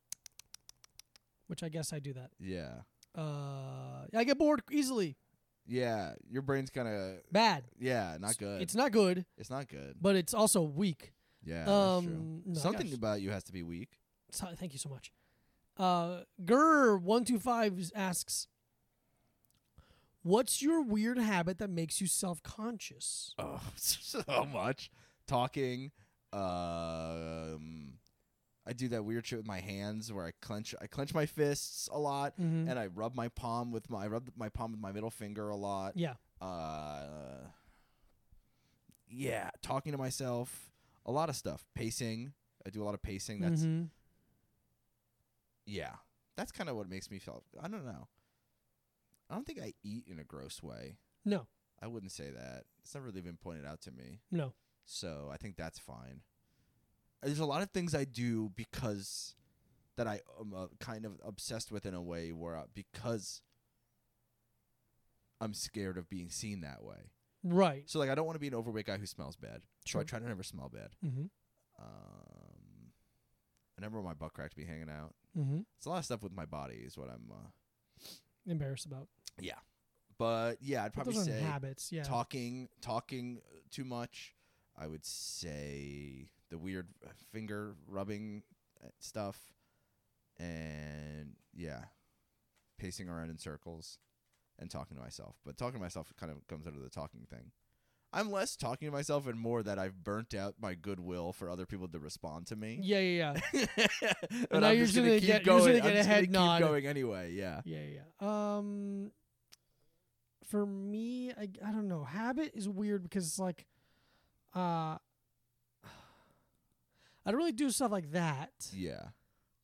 which I guess I do that.
yeah.
Uh, I get bored easily.
Yeah. Your brain's kind of
Bad.
yeah, not good.
It's not good,
It's not good.
but it's also weak.
Yeah. that's true.
um, no,
Something
gosh.
about you has to be weak.
So, thank you so much. Uh, Gurr one two five asks, "What's your weird habit that makes you self conscious?"
Oh, (laughs) so much talking. Um, I do that weird shit with my hands where I clench. I clench my fists a lot,
Mhm.
and I rub my palm with my. I rub my palm with my middle finger a lot.
Yeah,
Uh, yeah, talking to myself. A lot of stuff. Pacing. I do a lot of pacing. That's
Mhm.
yeah. That's kind of what makes me feel. I don't know. I don't think I eat in a gross way.
no,
I wouldn't say that. It's never really been pointed out to me.
no,
So I think that's fine. There's a lot of things I do because that I am uh, kind of obsessed with in a way where I, because I'm scared of being seen that way.
Right.
So like I don't want to be an overweight guy who smells bad. So I
Sure.
try to never smell bad.
Mm-hmm.
Um, I never want my butt crack to be hanging out.
Mm-hmm.
It's a lot of stuff with my body is what I'm. Uh,
Embarrassed about.
yeah, but yeah, I'd
But
probably
those are
say
habits. Yeah.
talking talking uh, too much i would say the weird uh, finger rubbing uh, stuff and yeah pacing around in circles and talking to myself but talking to myself kind of comes under the talking thing i'm less talking to myself and more that i've burnt out my goodwill for other people to respond to me
Yeah, yeah, yeah.
(laughs) and
now
i'm
you're
just
just
gonna
gonna get-
keep
you're
going
just gonna
I'm
get a
just gonna
head
keep
nod.
going anyway yeah
Yeah, yeah, yeah. Um, for me, I, I don't know. Habit is weird because it's like, uh, I don't really do stuff like that.
yeah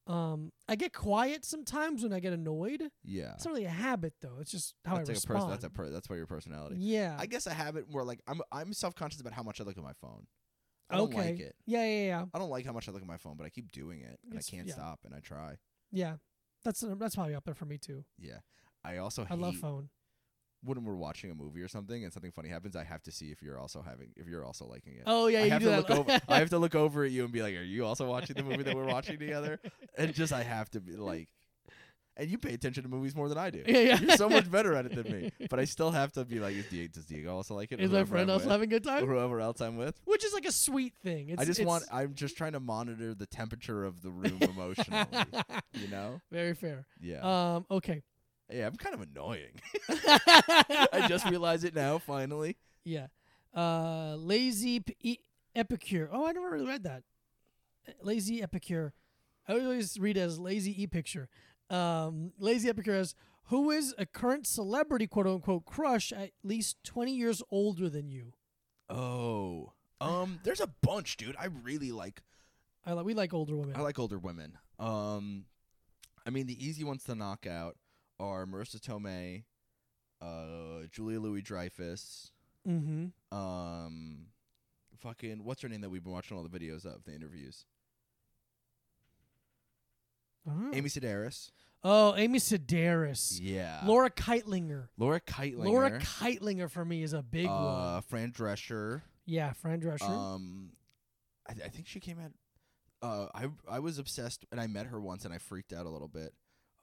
Um, I get quiet sometimes when I get annoyed.
yeah
It's not really a habit though. It's just how
that's
I
like a
respond.
person that's a per- that's part of your personality
yeah.
I guess a habit where like I'm I'm self conscious about how much I look at my phone. I don't
okay.
like it.
Yeah, yeah, yeah,
I don't like how much I look at my phone, but I keep doing it and
It's-
I can't
yeah.
stop and I try.
yeah. That's that's probably up there for me too.
Yeah. I also
I
hate
love phone.
when we're watching a movie or something and something funny happens, I have to see if you're also having if you're also liking it.
Oh yeah,
I
you
have
do
to
that. (laughs)
look over I have to look over at you and be like, Are you also watching the movie that we're
(laughs)
watching together? And just I have to be like and you pay attention to movies more than I do.
yeah, yeah. (laughs)
You're so much better at it than me. But I still have to be like, is Diego, does Diego also like it? Or
Is my
whoever
friend
I'm
also
with-
having a good time?
whoever else I'm with?
Which is like a sweet thing. It's,
I just
it's-
want. I'm just trying to monitor the temperature of the room (laughs) emotionally. you
(laughs)
know?
Very fair.
Yeah.
Um, okay. (laughs)
yeah. I'm kind of annoying. (laughs) I just (laughs) realize it now. Finally.
(laughs) yeah. Uh, lazy p- e- epicure. Oh, I never really read that. Uh, Lazy epicure. I always read it as lazy e picture. Um, lazy epicure as who is a current celebrity quote unquote crush at least twenty years older than you.
Oh. Um. There's a bunch, dude. I really like.
I like we like older women.
I like older women. Um. I mean, the easy ones to knock out are Marissa Tomei, uh, Julia Louis Dreyfus,
mm-hmm.
um, fucking what's her name that we've been watching all the videos of the interviews. Amy Sedaris.
oh, Amy Sedaris.
Yeah.
Laura Keitlinger.
Laura Uh, Keitlinger.
Laura Keitlinger for me is a big
uh,
one.
Fran Drescher.
Yeah, Fran Drescher.
Um, I, I think she came out. Uh, I I was obsessed, and I met her once, and I freaked out a little bit.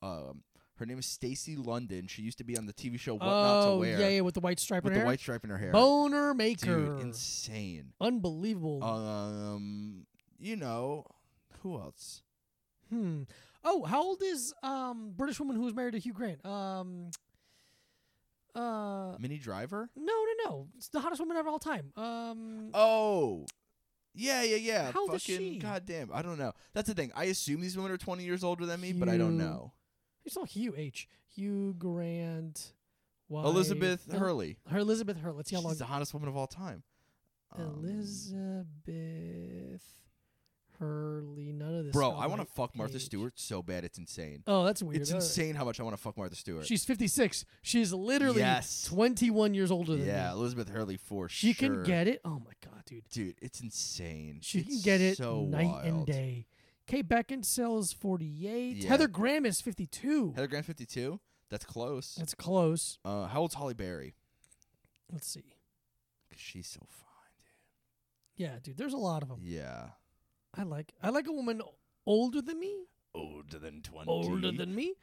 Um, her name is Stacy London. She used to be on the TV show What Not to
Oh,
Wear
yeah, yeah, with the white stripe in
with
her
the
hair.
white stripe in her hair.
Boner maker.
Dude, Uh, insane.
Unbelievable.
Um, you know who else?
hmm. Oh, how old is um British woman who was married to Hugh Grant? Um uh
Minnie Driver.
no, no, no. It's the hottest woman of all time. Um
Oh. Yeah, yeah, yeah.
How old
Fucking
is she?
goddamn. I don't know. That's the thing. I assume these women are 20 years older than me, but I don't
Hugh-
know.
it's not Hugh H. Hugh Grant. wife-
Elizabeth
no,
Hurley.
Her Elizabeth Hurley. Let's see how
She's
long
the hottest woman of all time. Um,
Elizabeth Hurley. None of this.
Bro,
sounds
I want to
like
fuck Martha
age.
Stewart so bad it's insane.
Oh, that's weird.
It's
All right.
insane how much I want to fuck Martha Stewart.
She's 56. She's literally
Yes.
21 years older than
yeah,
me.
Elizabeth Hurley for
She
sure.
can get it. Oh my god, dude.
Dude, it's insane.
She can
It's
get it
so
night and
wild.
day. Kate Beckinsale is 48.
Yeah.
Heather Graham is 52.
Heather Grant 52? That's close.
That's close.
Uh, how old's Holly Berry?
Let's see.
'Cause she's so fine,
Yeah, dude. There's a lot of them.
dude. Yeah.
I like. I like a woman older than me,
Older than 20.
older than me,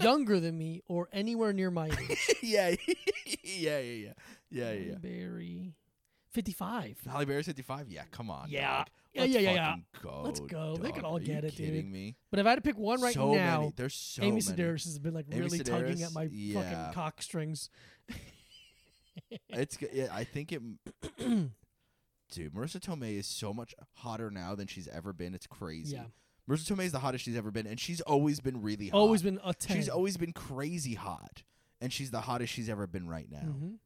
younger than me, or anywhere near my age.
(laughs) yeah, (laughs) yeah, yeah, yeah, yeah, yeah. yeah.
Berry, 55.
Holly Berry's 55? Yeah, come on.
Yeah.
dog.
Yeah,
Let's
yeah, yeah, yeah.
fucking Go,
Let's go. They
dog.
could all
Are you
get it, dude.
kidding me?
But if I had to pick one right
so
now,
many. There's so
Amy
many.
Sedaris has been like
Amy
really tugging
Sedaris?
at my
Yeah.
fucking cock strings. (clears throat)
It's g- yeah, I think it. m- Dude, Marissa Tomei is so much hotter now than she's ever been. It's crazy.
Yeah.
Marissa Tomei is the hottest she's ever been, and she's always been really hot.
Always been a 10.
She's always been crazy hot, and she's the hottest she's ever been right now.
Mhm.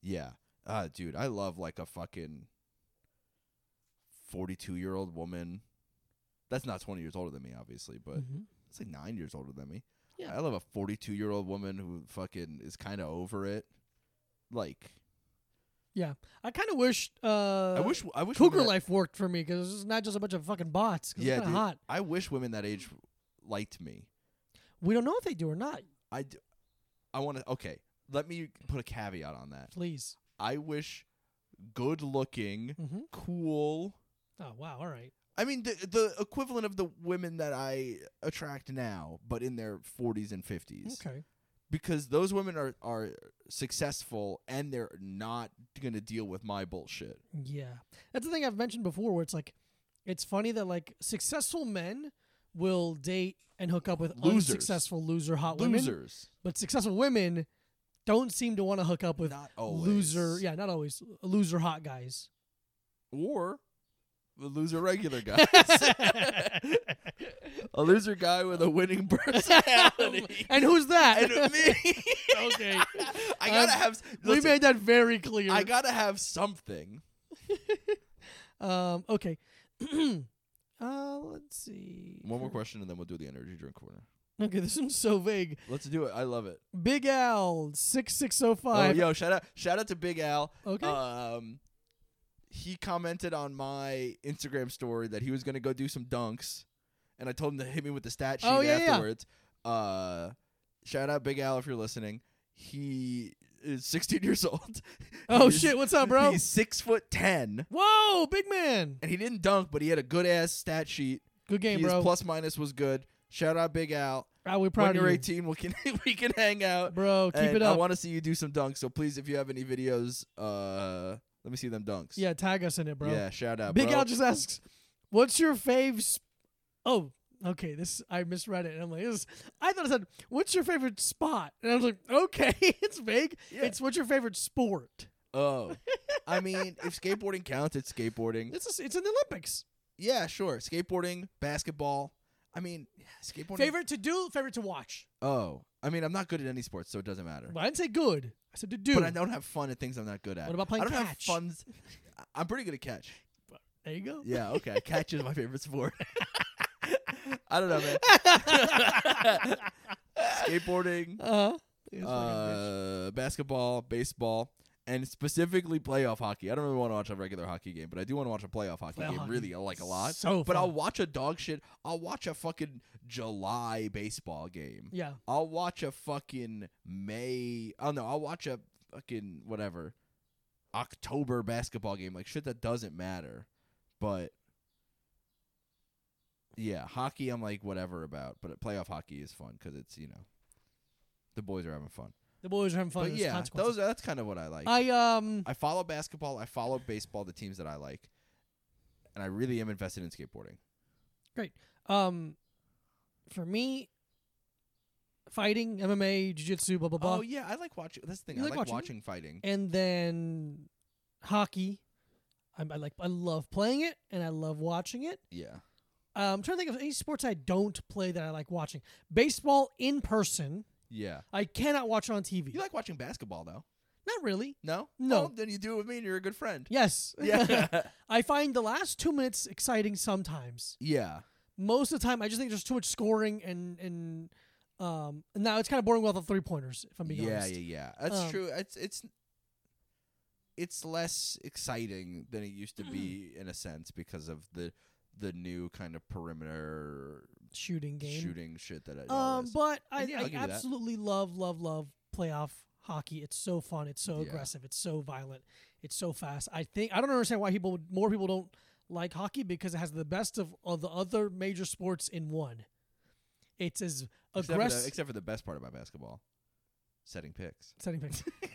Yeah. Uh, dude, I love like a fucking 42 year old woman. That's not 20 years older than me, obviously, but
Mhm.
it's like nine years older than me.
Yeah.
I love a 42 year old woman who fucking is kind of over it. Like,
I kind of wish. Uh,
I wish, I wish,
Cougar
women that-
Life worked for me because it's not just a bunch of fucking bots. 'cause it's
Yeah,
kinda
dude.
hot.
I wish women that age liked me.
We don't know if they do or not.
I d- I want to okay, let me put a caveat on that.
Please.
I wish good looking,
Mm-hmm.
cool.
Oh wow. All right.
I mean the the equivalent of the women that I attract now, but in their 40s and 50s.
Okay.
Because those women are are successful and they're not going to deal with my bullshit.
Yeah. That's the thing I've mentioned before where it's like it's funny that like successful men will date and hook up with
Losers.
unsuccessful loser hot women.
Losers.
But successful women don't seem to want to hook up with
not always.
loser yeah, not always loser hot
(laughs)
guys.
Or the
(laughs)
loser regular guys. (laughs) a loser guy with a
(laughs)
winning personality.
and who's that?
and me.
Oh (laughs) okay.
I gotta
Um,
have.
we
listen,
made that very clear.
I gotta have something.
um okay. (clears throat) uh let's see.
One more question, and then we'll do the energy drink corner.
Okay, this one's so vague.
Let's do it. I love it.
Big Al six six oh
Oh,
five.
yo, shout out, shout out to Big Al.
Okay.
Um, he commented on my Instagram story that he was gonna go do some dunks, and I told him to hit me with the stat sheet
Oh, yeah, yeah.
afterwards. Uh, shout out Big Al if you're listening. He is 16 years old.
oh
He's-
shit, what's up, bro?
He's six foot ten,
Whoa, big man.
and he didn't dunk, but he had a good ass stat sheet.
Good game,
His
bro.
plus minus was good. Shout out Big Al.
Ah, we're
when
proud
you're
of you,
18, we can (laughs) we can hang out.
bro. Keep
And
it
I
up.
want to see you do some dunks. So please, if you have any videos, uh, let me see them dunks.
yeah, tag us in it, bro.
Yeah, shout out,
big
bro.
Al just asks, "What's your fave?" Sp- oh, okay. This I misread it, and I'm like, this, I thought it said, "What's your favorite spot?" And I was like, "Okay, (laughs) it's vague.
Yeah.
It's what's your favorite sport?"
oh, I mean, if skateboarding counts, it's skateboarding.
It's a, it's in the Olympics.
Yeah, sure. Skateboarding, basketball. I mean, yeah, skateboarding.
Favorite to do, favorite to watch.
Oh, I mean, I'm not good at any sports, so it doesn't matter.
Well, I didn't say good. I said to do.
But I don't have fun at things I'm not good at.
What about playing
I don't have
catch?
fun. I'm pretty good at catch.
there you go.
Yeah, okay. Catch is my favorite sport. (laughs) I don't know, man.
(laughs)
Skateboarding,
Uh, yeah, (laughs) it's fucking bitch.
uh, basketball, baseball, and specifically playoff hockey. I don't really want to watch a regular hockey game, but I do want to watch a playoff hockey
Playoff
game.
hockey.
Really, I like a lot.
So
but I'll
fun.
watch a dog shit. I'll watch a fucking July baseball game.
yeah.
I'll watch a fucking May. Oh no, I'll watch a fucking whatever October basketball game. Like shit that doesn't matter. But yeah, hockey I'm like whatever about, but playoff hockey is fun because it's you know the boys are having fun.
The boys are having fun.
but
There's
yeah,
consequences.
those that's kind of what I like.
I um.
I follow basketball. I follow baseball. The teams that I like, and I really am invested in skateboarding.
Um, for me, fighting, MMA, jiu-jitsu, blah blah blah,
oh yeah, I like watching. That's the thing.
You
I
like
like,
watching it?
watching fighting.
and then hockey. I, I like I love playing it and I love watching it.
Yeah.
Um, I'm trying to think of any sports I don't play that I like watching. Baseball in person,
Yeah.
I cannot watch on TV.
You like watching basketball though.
Not really.
No?
No.
Well, then you do it with me and you're a good
(laughs)
friend.
Yes.
Yeah.
I find the last two minutes exciting sometimes.
yeah.
Most of the time, I just think there's too much scoring and and um. Now it's kind of boring with all the three pointers. If I'm being
Yeah,
honest.
yeah, yeah. That's
Um,
true. It's it's it's less exciting than it used
(clears throat)
to be in a sense because of the the new kind of perimeter
Shooting game.
shooting shit that it all
Um,
is.
but I,
And yeah, I'll
I
give you that.
absolutely love, love, love playoff hockey. It's so fun. It's so
Yeah.
aggressive. It's so violent. It's so fast. I think I don't understand why people would, more people don't like hockey because it has the best of all the other major sports in one. It's as
except, for the,
aggressive.
except for the best part about basketball. Setting picks.
Setting picks. (laughs)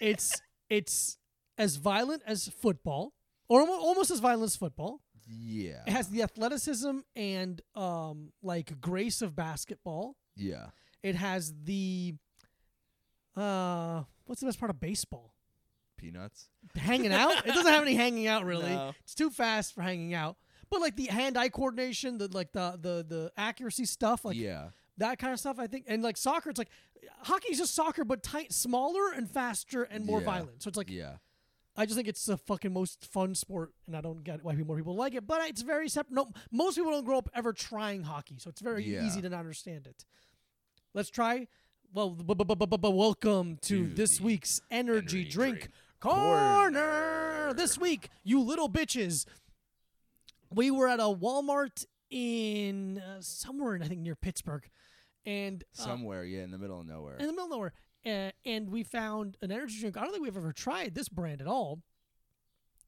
it's it's as violent as football, or almo- almost as violent as football.
Yeah.
It has the athleticism and um like grace of basketball.
yeah.
It has the uh what's the best part of baseball?
Peanuts.
Hanging out? it doesn't have any hanging
(laughs)
out really.
No.
It's too fast for hanging out. But like the hand-eye coordination, the like the the the accuracy stuff, like
yeah.
that kind of stuff, I think. And like soccer, it's like hockey's just soccer, but tight, smaller and faster and more
Yeah.
violent. So it's like
yeah.
I just think it's the fucking most fun sport, and I don't get why people- more people like it. But it's very separate. No, most people don't grow up ever trying hockey, so it's very
Yeah.
easy to not understand it. Let's try. Well, bu- bu- bu- bu- bu- bu- welcome to,
To
this
the
week's energy,
energy
drink,
drink
corner. This week, you little bitches, we were at a Walmart in uh, somewhere in I think near Pittsburgh, and uh,
Somewhere, yeah, in the middle of nowhere.
in the middle of nowhere. Uh, and we found an energy drink. I don't think we've ever tried this brand at all.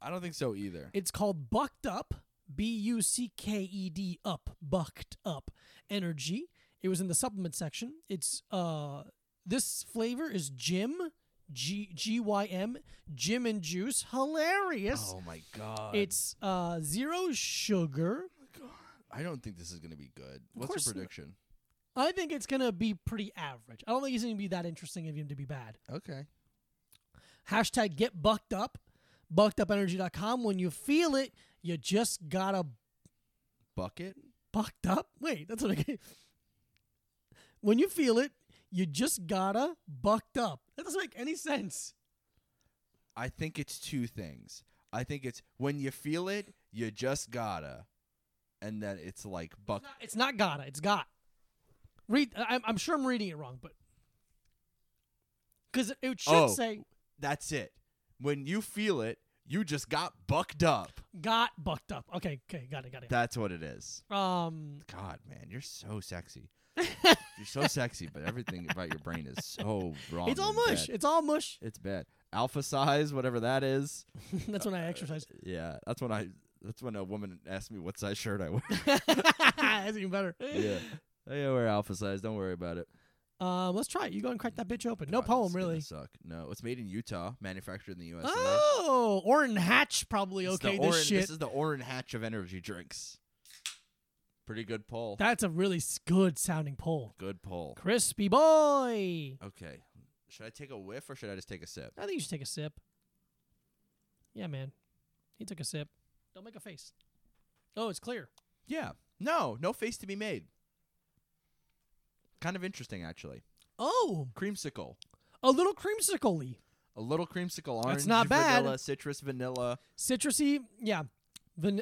I don't think so either.
It's called Bucked Up, B U C K E D Up, Bucked Up Energy. It was in the supplement section. It's uh this flavor is Jim G G Y M Jim and juice. Hilarious.
oh my god.
It's uh zero sugar.
Oh my God. I don't think this is gonna be good.
Of
What's
course
your
not.
prediction?
I think it's gonna be pretty average. I don't think it's gonna be that interesting of him to be bad.
Okay.
Hashtag get bucked up, buckedupenergy.com. When you feel it, you just gotta
Bucket?
bucked up. Wait, that's what I gave. When you feel it, you just gotta bucked up. That doesn't make any sense.
I think it's two things. I think it's when you feel it, you just gotta. And then it's like buck
It's not gotta. It's got. Read. I- I'm, I'm sure I'm reading it wrong, but because it should
Oh.
say
that's it. When you feel it, you just got bucked up.
got bucked up. Okay, okay, got it, got it.
That's what it is.
Um,
God, man, you're
(laughs)
so sexy. you're so sexy, but everything about your brain is so wrong.
it's all
and
mush.
bad.
It's all mush. (laughs)
It's bad. Alpha size, whatever that is.
that's when I
(laughs)
exercise. (laughs)
Yeah, that's when I. That's when a woman asked me what size shirt
(laughs)
I wear.
that's even better.
yeah, I wear alpha size. Don't worry about it.
Um, let's try it. You go and crack that bitch open. No
God,
poem,
it's gonna
really.
Suck. No, it's made in Utah, manufactured in the U.S.
Oh, Orrin Hatch probably
It's the
okay
orange,
this shit.
This is the orange hatch of energy drinks. Pretty good poll.
That's a really s- good sounding poll.
good poll.
Crispy boy.
Okay, should I take a whiff or should I just take a sip?
I think you should take a sip. Yeah, man. He took a sip. Don't make a face. Oh, it's clear.
Yeah. No, no face to be made. Kind of interesting, actually.
Oh,
Creamsicle,
a little creamsicle
a little creamsicle, orange,
That's not bad.
vanilla, citrus, vanilla.
Citrusy, yeah. Van-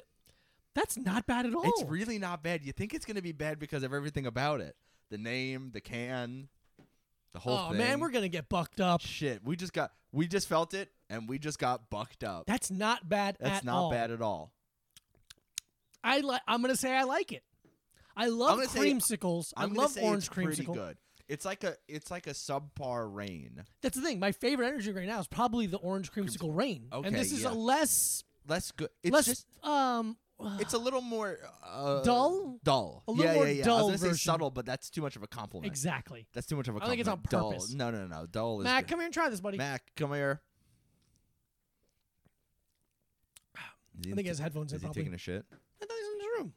That's not bad at all.
It's really not bad. You think it's gonna be bad because of everything about it. The name, the can, the whole
oh,
thing.
man, we're going to get bucked up.
shit. We just got we just felt it and we just got bucked up.
That's not bad
That's
at
not
all.
bad at all.
I li- I'm going to say I like it. I love
gonna say-
creamsicles. I
I'm gonna
love
say
orange
it's pretty
creamsicle.
good. It's like a it's like a subpar rain.
That's the thing. My favorite energy drink right now is probably the orange creamsicle rain.
Okay,
and this is a
yeah.
less
Less good. It's
less
just
um (sighs)
it's a little more uh,
Dull?
Dull.
A little
yeah,
more
yeah, yeah. I
dull
was gonna
version.
say subtle, but that's too much of a compliment.
exactly.
That's too much of a
I
compliment.
think it's on
Dull.
purpose.
No, no, no. Dull is
Matt,
good.
come here and try this, buddy.
Mac, come here. Is he
I think he
ta-
has headphones in
Is he
probably.
taking a shit?
I thought he was in his room.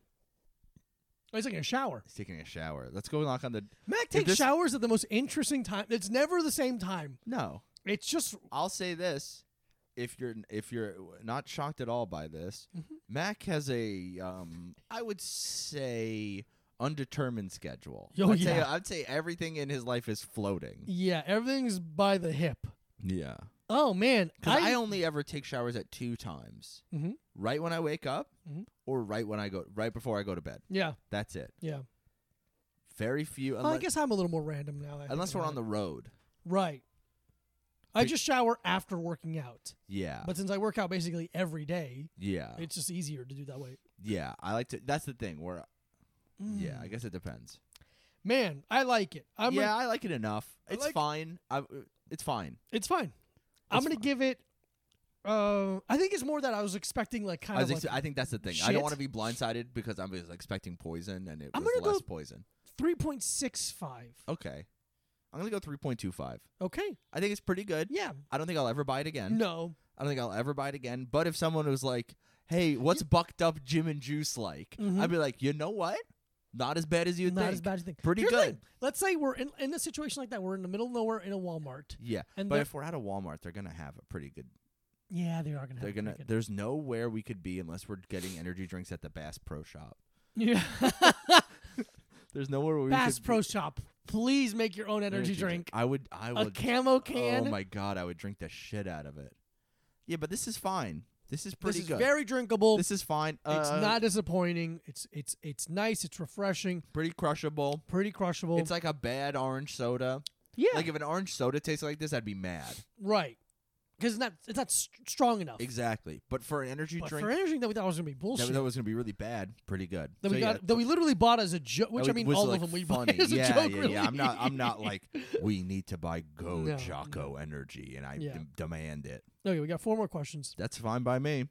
Oh, he's taking a shower.
He's taking a shower. Let's go knock on the.
Mac takes
this-
showers at the most interesting time. It's never the same time.
No,
It's just
I'll say this: if you're if you're not shocked at all by this,
Mm-hmm.
Mac has a um, I would say undetermined schedule.
Oh,
I'd say,
yeah.
I'd say everything in his life is floating.
yeah, everything's by the hip.
Yeah,
Oh man,
because I, only ever take showers at two times:
Mhm.
right when I wake up,
Mhm.
or right when I go right before I go to bed.
yeah
That's it.
yeah.
Very few.
Well, I
unless-
guess I'm a little more random now. that I think
unless we're
about
on the road.
it. right. I
But-
just shower after working out,
Yeah.
but since I work out basically every day,
yeah.
it's just easier to do that way.
yeah. I like to. That's the thing. Where yeah, I
Mm.
guess it depends.
man, I like it. I'm
yeah,
gonna,
I like it enough.
I
It's
like-
fine. I, uh, it's fine.
it's fine. I'm
It's
gonna
fine.
give it. Uh, I think it's more that I was expecting like kind
I,
of
was
like
ex- I think that's the thing. I don't
shit.
want to be blindsided because I was expecting poison and it
I'm
was
gonna go-
less poison.
three point six five.
Okay, I'm gonna go three point two five.
Okay,
I think it's pretty good.
yeah,
I don't think I'll ever buy it again.
no,
I don't think I'll ever buy it again. But if someone was like, "Hey, what's bucked up Jim and Juice like?"
Mhm.
I'd be like, "You know what? Not as bad as you
not
think.
as bad as you think.
Pretty
Here's the
good.
thing. Let's say we're in in a situation like that. We're in the middle of nowhere in a Walmart.
Yeah,
And
but
they're-
if we're at a Walmart, they're gonna have a pretty good.
Yeah, they are gonna. Have
They're
to
gonna.
pick it.
There's nowhere we could be unless we're getting energy drinks at the Bass Pro Shop.
Yeah.
There's nowhere
(laughs)
we
Bass
could
Pro
be-
Shop. Please make your own energy drink.
I would. I
A
would.
camo can.
Oh my god, I would drink the shit out of it. Yeah, but this is fine. This is
this
pretty
is
good.
very drinkable.
this is fine.
it's
Uh,
not disappointing. It's it's it's nice. It's refreshing.
pretty crushable.
Pretty crushable.
It's like a bad orange soda.
yeah,
Like if an orange soda tasted like this, I'd be mad.
right. because it's not it's not s- strong enough.
Exactly. But for an energy
But
drink
for energy that we thought was gonna be bullshit.
that,
That,
that was going to be really bad, pretty good.
we
So, yeah,
got that we literally bought as a joke. Which
that
I mean,
was,
all
like,
of them we (laughs)
funny.
bought as a
yeah,
joke.
Yeah,
really.
yeah. I'm not. I'm not like we need to buy Go
No,
Jocko Energy, and I
Yeah.
dem- demand it.
(laughs) okay, we got four more questions.
That's fine by me.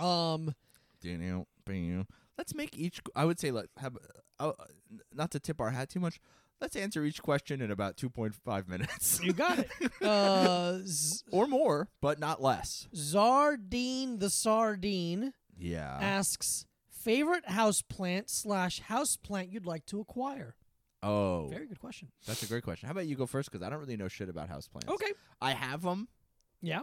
Um,
Daniel, Daniel. Let's make each. I would say let have. Uh, uh, not to tip our hat too much. Let's answer each question in about 2.5 minutes
you got it. Uh, Z-
(laughs) or more, but not less.
Zardine the sardine
Yeah.
Uh, asks favorite house plant slash house plant you'd like to acquire.
oh,
Very good question.
that's a great question. How about you go first? Because I don't really know shit about houseplants.
Okay.
I have them.
Yeah.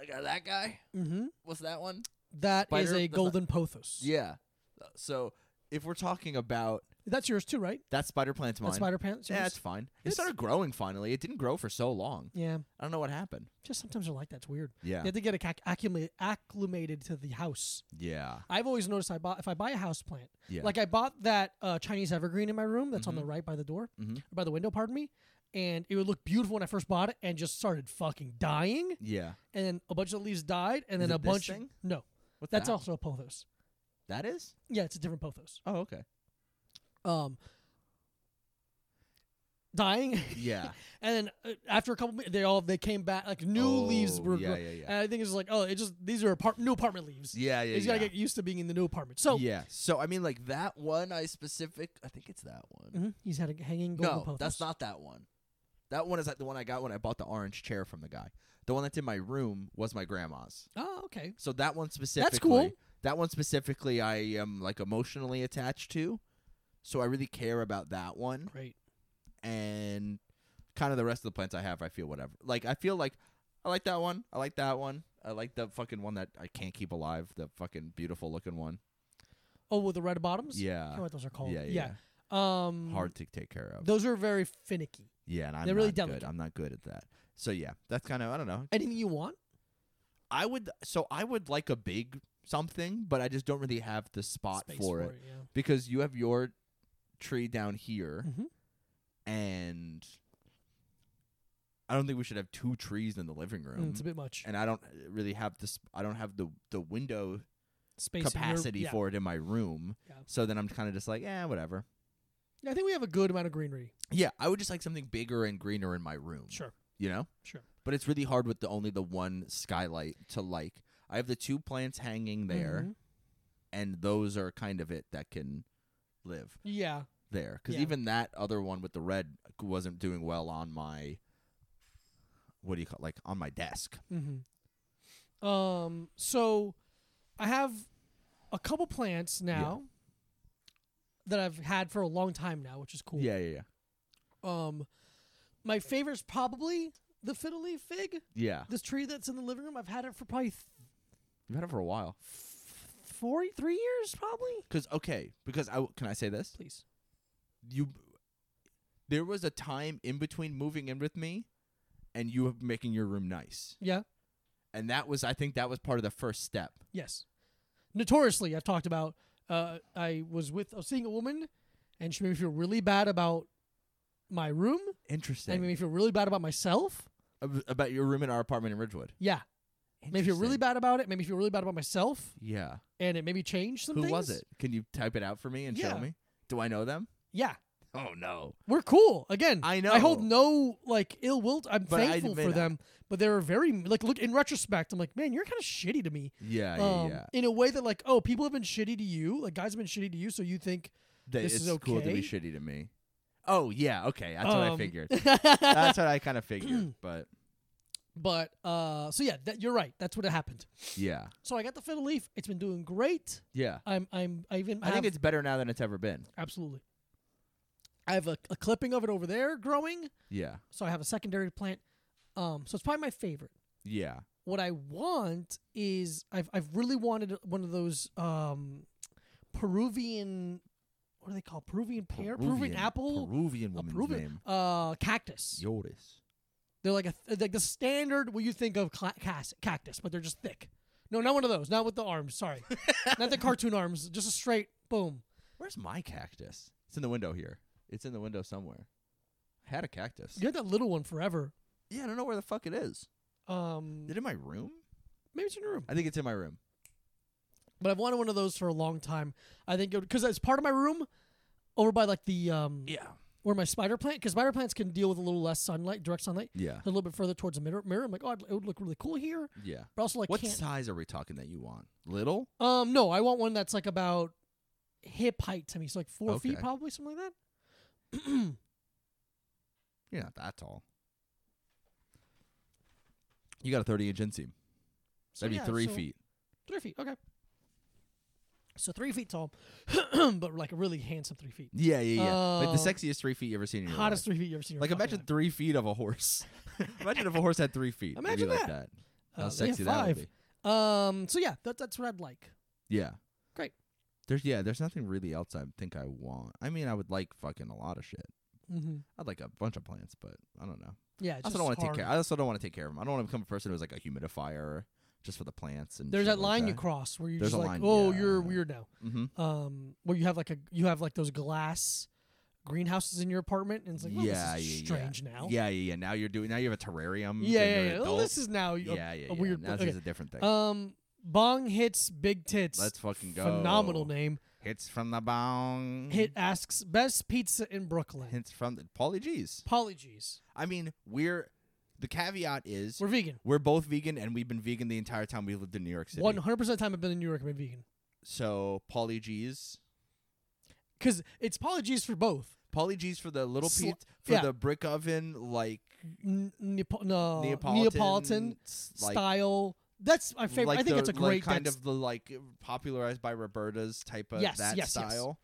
I got that guy.
Mm-hmm.
What's that one?
That is
Spider-
a
that's not-
golden pothos.
Yeah. Uh, So if we're talking about
That's yours too, right?
that spider plant's mine.
That spider pants.
yeah,
yours?
it's fine.
It's-
it started growing finally. It didn't grow for so long.
yeah.
I don't know what happened.
Just sometimes they're like that. It's weird.
Yeah.
You have to get acc- acclimated, acclimated to the house.
Yeah.
I've always noticed I bought if I buy a house plant,
Yeah. Mm-hmm.
like I bought that uh, Chinese evergreen in my room that's on the right by the door,
Mhm.
by the window. Pardon me. And it would look beautiful when I first bought it, and just started fucking dying.
yeah.
And then a bunch of the leaves died, and
Is
then
it
a
this
bunch.
thing? Ah.
No,
What's
that's
that?
also a pothos.
That is?
Yeah, it's a different pothos.
Oh, okay.
Um, dying, (laughs)
Yeah.
and then uh, after a couple, mi- they all they came back like new leaves
Oh,
were.
yeah,
grow-
yeah, yeah.
And I think it's like, oh, it just these are apart- new apartment leaves.
Yeah, yeah,
He's
yeah.
gotta get used to being in the new apartment. So
yeah. So I mean like that one I specific I think it's that one.
Mhm, he's had a hanging golden
No,
pothos.
that's not that one. That one is like the one I got when I bought the orange chair from the guy. The one that's in my room was my grandma's.
Oh, okay.
So that one specifically,
cool.
That one specifically, I am like emotionally attached to, so I really care about that one.
Great.
And kind of the rest of the plants I have, I feel whatever. Like I feel like I like that one. I like that one. I like the fucking one that I can't keep alive. The fucking beautiful looking one.
Oh, with the red bottoms. I
Yeah.
forget what those are called.
Yeah, yeah,
Um,
Hard to take care of.
Those are very finicky.
Yeah, and I'm
They're really
not good.
delicate.
I'm not good at that. So yeah, that's kind of I don't know.
Anything you want?
I would so I would like a big something, but I just don't really have the spot
Space
for it.
yeah.
because you have your tree down here
Mhm.
and i don't think we should have two trees in the living
Mm,
room
it's a bit much.
and i don't really have this i don't have the the window
Space in your-
capacity
yeah.
for it in my room
Yeah.
so then i'm kind of just like yeah whatever
Yeah, I think we have a good amount of greenery.
yeah i would just like something bigger and greener in my room
Sure.
you know
Sure.
but it's really hard with the only the one skylight to like i have the two plants hanging there
Mhm.
and those are kind of it that can live
Yeah.
there because
Yeah.
even that other one with the red wasn't doing well on my what do you call like on my desk
Mm-hmm. Um. So, I have a couple plants now that I've had for a long time now, which is cool.
yeah yeah
Um, my favorite's probably the fiddle leaf fig.
yeah
This tree that's in the living room. I've had it for probably th-
you've had it for a while
four, three years, probably.
because okay because i w- can i say this
Please.
you there was a time in between moving in with me and you were making your room nice
Yeah.
and that was i think that was part of the first step
Yes. Notoriously, I've talked about. Uh, I was with I was seeing a woman, and she made me feel really bad about my room,
interesting
and made me feel really bad about myself.
Ab- about your room in our apartment in ridgewood
Yeah, made me feel really bad about it. Made me feel really bad about myself,
yeah
and it made me change some
who
things.
was it can you type it out for me and
Yeah.
show me do i know them
Yeah,
oh no
we're cool. Again,
I
I hold
know.
no like ill will. t- I'm
But I
thankful
admit
for them, but they were very like look in retrospect. I'm like, man, you're kind of shitty to me.
yeah yeah
um,
yeah
in a way that like, oh, people have been shitty to you. Like guys have been shitty to you, so you think
that
This
it's
is
cool to
okay?
be shitty to me. Oh yeah, okay, that's what I
um, (laughs)
figured. (laughs) That's what I kind of
(clears throat)
figured, but
but uh, so yeah, that, you're right. That's what happened.
yeah,
So I got the fiddle leaf. It's been doing great.
yeah.
I'm I'm I even
I
have,
think it's better now than it's ever been.
absolutely. I have a, a clipping of it over there growing,
Yeah,
so I have a secondary plant. Um, so it's probably my favorite.
yeah,
what I want is I've I've really wanted one of those um Peruvian what are they called? Peruvian pear, Peruvian, apple,
Peruvian
A
woman's
Peruvian-
name,
uh cactus.
Yoris.
They're like a th- like the standard what you think of cla- cas- cactus, but they're just thick. No, not one of those. Not with the arms.
(laughs)
Sorry, not the cartoon arms. Just a straight boom.
Where's my cactus? It's in the window here. It's in the window somewhere. I had a cactus.
You had that little one forever.
Yeah, I don't know where the fuck it is.
Um,
Is it in my room?
maybe it's in your room.
I think it's in my room.
But I've wanted one of those for a long time. I think because it's part of my room, over by like the um
Yeah.
where my spider plant. Because spider plants can deal with a little less sunlight, direct sunlight.
Yeah.
A little bit further towards the mirror. mirror. I'm like, oh, it would look really cool here.
Yeah.
But also, like,
what
can't.
size are we talking that you want? Little?
Um, no, I want one that's like about hip height to me, so like four feet,
Okay.
probably something like that.
You're not that tall. You got a 30 inch inseam.
So,
That'd
yeah,
be three
so-
feet.
Three feet, okay. So three feet tall, (clears throat) but like a really handsome three feet,
Yeah, yeah, yeah. like
Oh.
the sexiest three feet you ever seen in your
hottest three feet you ever seen. in your
life. Like
fucking
imagine
life.
three feet of a horse. (laughs) imagine if a horse had three feet. It'd be
Imagine
like
that.
that. How
Uh, they have
sexy that would
five.
be.
Um, so yeah, that, that's what I'd like.
Yeah.
Great.
There's yeah, there's nothing really else I think I want. I mean, I would like fucking a lot of shit.
Mm-hmm.
I'd like a bunch of plants, but I don't know.
Yeah, it's
I
just
also don't want to take
hard.
care. I also don't want to take care of them. I don't want to become a person who's like a humidifier just for the plants and.
There's
shit
that line you
like
cross where you're
There's
just
a
like,
line,
oh,
yeah.
you're weird now.
hmm
Um, where you have like a you have like those glass greenhouses in your apartment, and it's like, well,
yeah,
this
yeah,
is
yeah.
strange now.
Yeah, yeah, yeah. Now you're doing. Now you have a terrarium.
yeah,
and
yeah,
you're
yeah.
Adult.
Well, this is now a-
yeah, yeah, yeah.
a weird.
Now this
okay.
is a different thing.
Um, Bong hits big tits.
Let's fucking go. Mm-hmm.
Phenomenal name.
Hits from the bong.
Hit asks best pizza in Brooklyn.
Hits from the Pauly G's.
Apologies.
I mean, we're the caveat is
We're vegan.
we're both vegan and we've been vegan the entire time we lived in New York City.
One hundred percent of the time I've been in New York, I've been vegan.
So Pauly G's,
Because it's apologies for both.
Pauly G's for the little
Sl-
pizza for
yeah.
the brick oven like
N- Neapo- no,
Neapolitan,
Neapolitan
s- like,
style. That's my favorite.
Like
I think
the,
it's a
like,
great
kind
that's
of the like popularized by Roberta's type of
Yes,
that
yes, yes.
style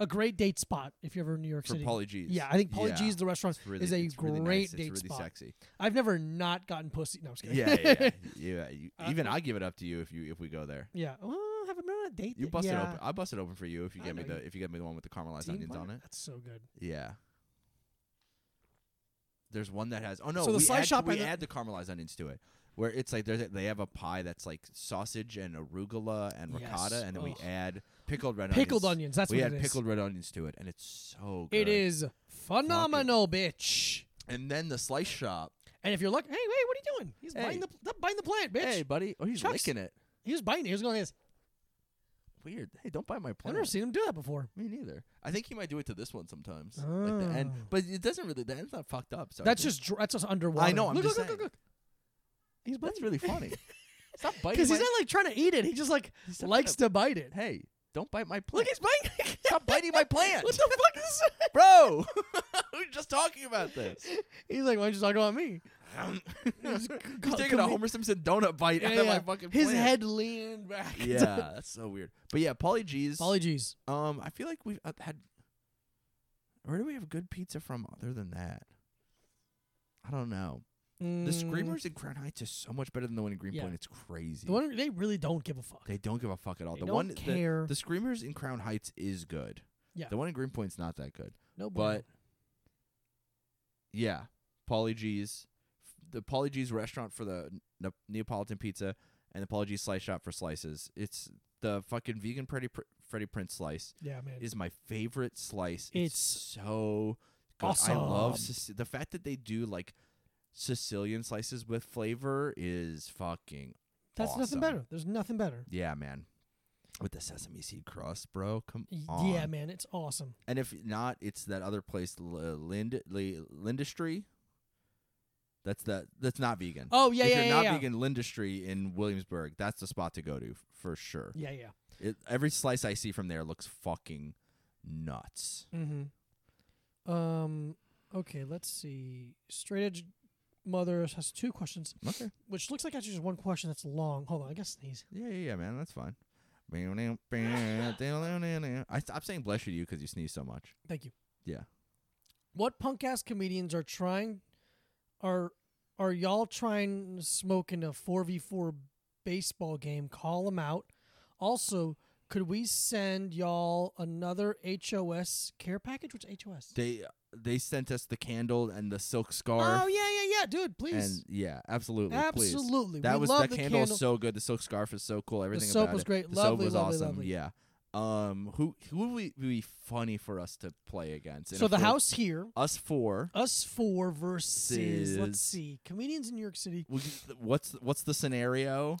a great date spot if you're ever in New York
for
City.
Pauly G's.
yeah, I think Polly
Yeah.
G's the restaurant
It's really,
is a
it's really
great
nice.
date
it's really
spot. (laughs)
sexy.
I've never not gotten pussy. No, I'm just kidding.
Yeah, yeah, yeah. yeah you,
Uh,
even I give it up to you if you if we go there.
(laughs) yeah. Well, I haven't been on a date.
You
that-
bust
yeah.
it open. I bust it open for you if you
I
get me
know
the if you get me the one with the caramelized
Team
onions on
butter?
it.
That's so good.
Yeah. There's one that has. Oh no,
So the
we,
slice
add,
shop
we
and the-
add the caramelized onions to it. Where it's like there's a, they have a pie that's like sausage and arugula and
Yes.
ricotta, and then we
Ugh.
add pickled red
Pickled onions.
onions.
That's
we
what
add
it is.
pickled red onions to it, and it's so good.
It is phenomenal, bitch.
And then the slice shop.
And if you're like, hey, wait, what are you doing? He's
Hey.
biting the stop biting the plant, bitch.
Hey, buddy. Oh, he's
Chuck's-
licking it.
He was biting. it. He was going like this.
Weird. Hey, don't bite my
I've
plant.
never seen him do that before.
Me neither. I think he might do it to this one sometimes. Like the end,
Oh.
but it doesn't really. The end's not fucked up. So I
That's
think-
just dr- that's just underwater.
I know, I'm
look,
just
look, look,
saying.
look, look. He's
that's
biting.
really
(laughs)
funny. Stop biting.
Because he's
my-
not like trying to eat it. He just like
he's not
likes
gonna-
to bite it.
Hey, don't bite my
Look,
plant.
he's biting.
Stop biting
(laughs)
my plant.
what the fuck is that?
bro. (laughs) we were just talking
(laughs)
about this. (laughs)
He's like, why don't you talk about me?
He's
co-
taking a
coming-
Homer Simpson donut (laughs) bite out of my fucking
His
plant.
head leaned back. (laughs)
(laughs) Yeah, that's so weird. But yeah, Polly G's.
Apologies.
um, I feel like we've uh, had. Where do we have good pizza from other than that? I don't know. The
Mm,
Screamers in Crown Heights is so much better than the one in Greenpoint.
Yeah.
It's crazy.
The one they really don't give a fuck.
they don't give a fuck at all.
They
the
don't
one
care.
The, the Screamers in Crown Heights is good.
Yeah.
The one in Greenpoint's not that good.
no, bueno.
but yeah, Polly G's, the Polly G's restaurant for the ne- Neapolitan pizza, and the Polly G's slice shop for slices. It's the fucking vegan Freddy, Pr- Freddy Prince slice
yeah, man.
is my favorite slice. It's,
It's
so good. I love
awesome.
Sic- the fact that they do like Sicilian slices with flavor is fucking
That's nothing
awesome.
better. There's nothing better.
yeah, man. With the sesame seed crust, bro. Come
Y-
on.
Yeah, man, it's awesome.
And if not, it's that other place, L- Lind Li- Lindustry. That's that. That's not vegan.
Oh yeah,
if
yeah,
you're
yeah,
not
yeah.
vegan, Lindustry in Williamsburg. That's the spot to go to f- for sure.
Yeah, yeah.
It, every slice I see from there looks fucking nuts.
Mm-hmm. Um. Okay, let's see. Straight Edge Mother has two questions,
Okay.
which looks like actually just one question that's long. Hold on, I guess sneeze.
Yeah, yeah, yeah, man. That's fine. I stop saying bless you to you because you sneeze so much.
Thank you.
Yeah.
What punk ass comedians are trying? Are are y'all trying to smoke in a four v four baseball game? Call them out. Also, could we send y'all another HOS care package? What's HOS?
They they sent us the candle and the silk scarf.
Oh yeah, yeah, yeah, dude.
and
Please,
yeah, absolutely, please.
absolutely.
That
we
was
love
that
the
candle, was so good. The silk scarf is so cool. Everything
soap
about
was
it.
great.
The
Lovely,
soap was
lovely,
awesome.
lovely.
Yeah. Um, who who would be- be funny for us to play against? And
So
if
the
we're-
house here,
us four.
us four versus
Sis.
let's see, comedians in New York City.
We could- what's what's the scenario?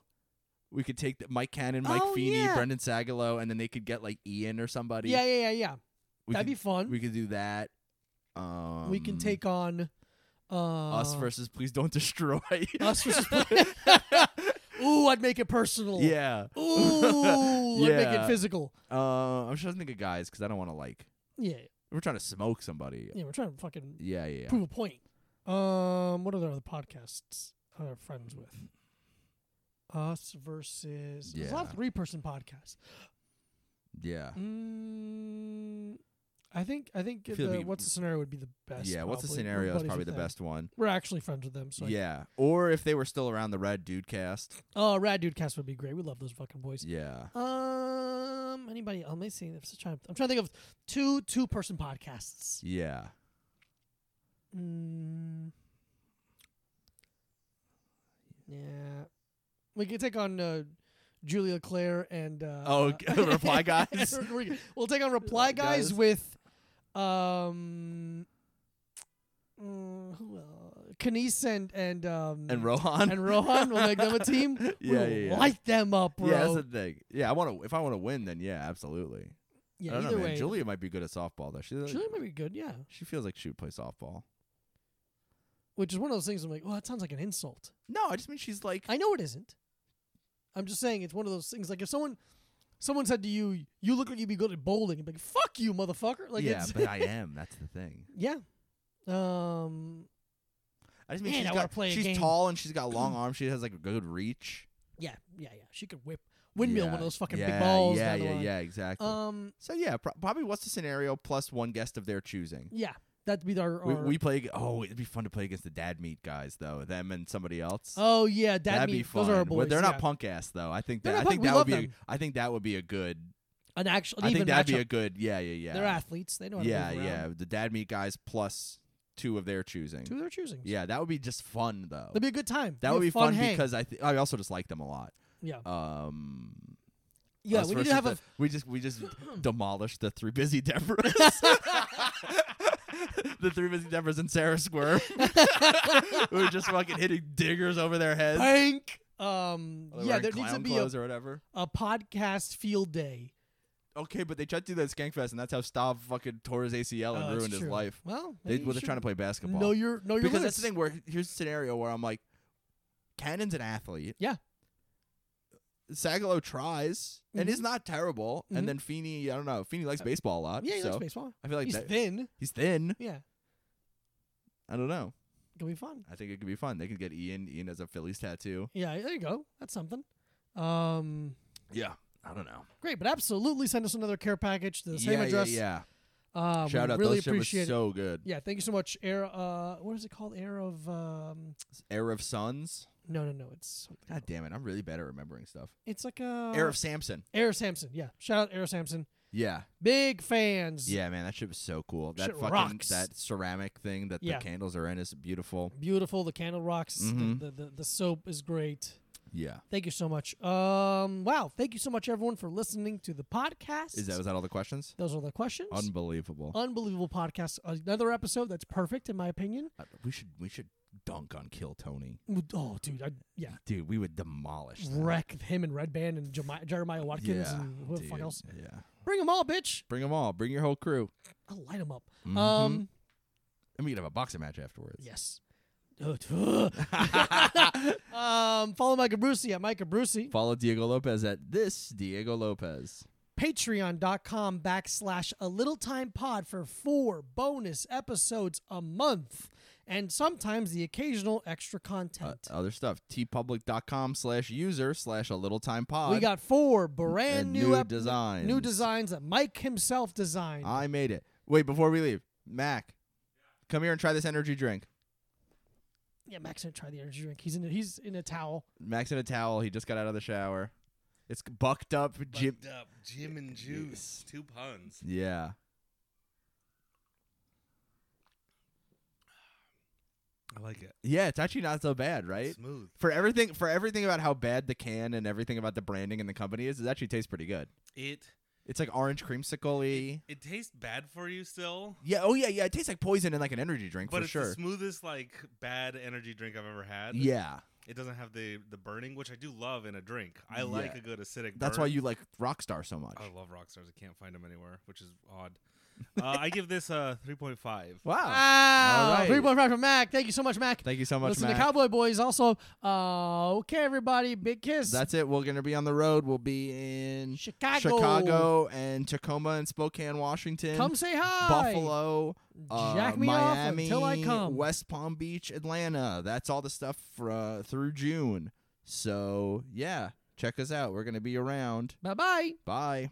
We could take the, Mike Cannon, Mike
Oh,
Feeney,
yeah.
Brendan Sagalow, and then they could get like Ian or somebody.
Yeah, yeah, yeah, yeah.
we
That'd
could,
be fun.
We could do that. Um,
we can take on uh,
us versus please don't (laughs) destroy
(laughs) Us versus.
(laughs)
Ooh, I'd make it personal.
yeah.
Ooh, I'd make
Yeah.
it physical.
Uh, I'm just trying to think of guys because I don't want to like.
Yeah,
We're trying to smoke somebody.
yeah. We're trying to fucking
Yeah, yeah. yeah.
prove a point. Um, what are the other podcasts are friends with? Us versus there's a lot
Yeah.
of three person podcasts.
Yeah.
Mm, I think I think
I feel
the,
we-
what's the scenario would be the best.
yeah. What's the
probably.
scenario? Is
Everybody's
probably
with
the
them.
best one.
We're actually friends with them, so yeah.
yeah. Or if they were still around, the Red Dude Cast.
Oh, Rad Dude Cast would be great. We love those fucking boys.
Yeah.
Um, anybody? else? Let me see. I'm just trying. I'm trying to think of two two person podcasts.
Yeah.
Mm. Yeah, we could take on uh, Julia Claire and uh,
Oh, (laughs) g- Reply Guys?
(laughs) We- we'll take on Reply
Reply
Guys
Guys.
with um, mm, who uh, Kanice and and um
And Rohan.
and Rohan. We'll make them a team.
(laughs) Yeah,
we'll
yeah, yeah.
light them up, bro.
(laughs) Yeah, that's the thing. Yeah, I want to. If I want to win, then yeah, absolutely.
Yeah,
I don't
either
know, man.
way,
Julia might be good at softball though. She
Julia might be good. Yeah,
she feels like she would play softball.
which is one of those things. I'm like, oh, that sounds like an insult.
No, I just mean she's like.
I know it isn't. I'm just saying it's one of those things. Like if someone, someone said to you, "You look like you'd be good at bowling," you'd be like, "Fuck you, motherfucker!" Like
yeah,
it's,
but I am. That's the thing.
(laughs) yeah. Um,
I just mean
Man,
she's
I wanna
got.
play a
she's
game.
tall and
(clears throat)
she's got long arms. She has like a good reach.
yeah, yeah, yeah. She could whip windmill one
Yeah,
of those fucking
yeah,
big balls.
Yeah,
down the
yeah,
line.
yeah, exactly.
Um,
so yeah, pro- probably what's the scenario plus one guest of their choosing.
yeah, that'd be our.
We,
our-
we play. ag- Oh, it'd be fun to play against the dad meat guys though. Them and somebody else.
oh yeah, dad
That'd be
meat.
fun.
Those are our
Well,
boys.
they're
yeah.
not punk ass though. I think
They're
that. I
not punk.
think
We
that would
love
be. A,
them.
I think that would be a good.
An actual. An
I
even
think that'd
matchup.
be a good. Yeah, yeah, yeah.
They're athletes. They know how to
yeah,
move
yeah.
around.
The dad meat guys plus two of their choosing.
Two of their choosing.
Yeah, that would be just fun though.
that'd be a good time.
that would be
fun,
fun
hang.
because I th- I also just like them a lot.
yeah,
Um.
yeah.
us
We need to
versus
have a
the- we just
(coughs)
we just demolished the three busy Deborahs.
(laughs)
(laughs) the three busy Deborahs and Sarah Squirm.
(laughs)
(laughs) we were just fucking hitting diggers over their heads.
bank. Um,
While they were
yeah,
in
there needs to
clown
be a
clothes or whatever.
a podcast field day.
Okay, but they tried to do that at Skankfest, and that's how Stav fucking tore his ACL and
Oh, that's
ruined his
true.
life.
Well,
They
maybe
were
you
trying to play
should
basketball.
Know your know your
because that's
limits.
the thing. Where here's the scenario where I'm like, Cannon's an athlete.
Yeah.
Sagalo tries and is
Mhm.
not terrible,
Mhm.
and then Feeney, I don't know. Feeney likes baseball a lot.
Uh, Yeah, he
so
likes baseball.
I feel like
He's
that,
thin.
he's thin.
Yeah,
I don't know.
it'll be fun.
I think it could be fun. They could get Ian. Ian has a Phillies tattoo.
Yeah, there you go. That's something. Um,
Yeah. I don't know.
great, but absolutely send us another care package to the
yeah,
same address.
Yeah.
Uh,
yeah.
we
Shout out.
Really
Those shit was
appreciate it.
so good.
Yeah, thank you so much. Air. Uh, what is it called? Air of. Um,
Air of Sons.
no, no, no. It's something
God
else.
damn it. I'm really bad at remembering stuff.
It's like a
Air of Samson.
Air Samson. Yeah, shout out Air Samson.
Yeah.
Big fans.
Yeah, man. That shit was so cool. That
Shit
fucking
rocks.
that ceramic thing that
Yeah.
the candles are in is beautiful.
Beautiful. The candle rocks. The-
Mhm.
The, the the soap is great.
Yeah.
Thank you so much. Um, wow. Thank you so much, everyone, for listening to the podcast.
Is that was that all the questions?
Those are the questions.
Unbelievable.
Unbelievable podcast. Another episode that's perfect, in my opinion.
Uh, we should we should dunk on Kill Tony.
Oh, dude. I, yeah.
Dude, we would demolish that.
Wreck him and Red Band and Jemi- Jeremiah Watkins
Yeah,
and who the fuck
dude.
else.
Yeah.
Bring them all, bitch.
Bring them all. Bring your whole crew.
I'll light them up.
Mhm.
Um,
and we could have a boxing match afterwards. (laughs)
yes. (laughs) um, follow Mike Abruzzi at Mike Abruzzi.
Follow Diego Lopez at this Diego Lopez.
patreon.com backslash a little time pod for four bonus episodes a month and sometimes the occasional extra
Uh,
content
other stuff. tpublic.com slash user slash a little time pod.
we got four brand
uh, and
new,
new
ep-
designs. Uh,
new designs that mike himself designed
I made it. Wait, before we leave, Mac, come here and try this energy drink.
yeah max didn't try the energy drink he's in a, he's in a towel
Max in a towel. He just got out of the shower. It's bucked up. Jim.
Fucked up. Jim and juice. Two puns.
Yeah.
I like it.
Yeah, it's actually not so bad, right?
Smooth.
For everything for everything about how bad the can and everything about the branding and the company is, it actually tastes pretty good.
It
It's like orange creamsicle
It tastes bad for you still,
Yeah. Oh yeah. Yeah. It tastes like poison and like an energy drink
but
for
it's the
sure.
smoothest like bad energy drink I've ever had.
Yeah.
it doesn't have the the burning, which I do love in a drink. I like
Yeah.
a good acidic.
That's
burn.
why you like Rockstar so much.
I love rock stars. I can't find them anywhere, which is odd. Uh, I give this a three
(laughs)
point five.
Wow.
Wow.
Oh. All right.
3.5 from Mac. Thank you so much, Mac.
Thank you so much,
Listen
Mac.
to Cowboy Boys also. Uh, okay, everybody. Big kiss.
That's it. We're gonna be on the road. We'll be in
Chicago.
Chicago and Tacoma and Spokane, Washington.
Come say hi.
Buffalo, uh,
Jack me off
Miami,
until I come.
West Palm Beach, Atlanta. That's all the stuff for, uh, through June. So yeah, check us out. We're gonna be around.
Bye bye.
Bye.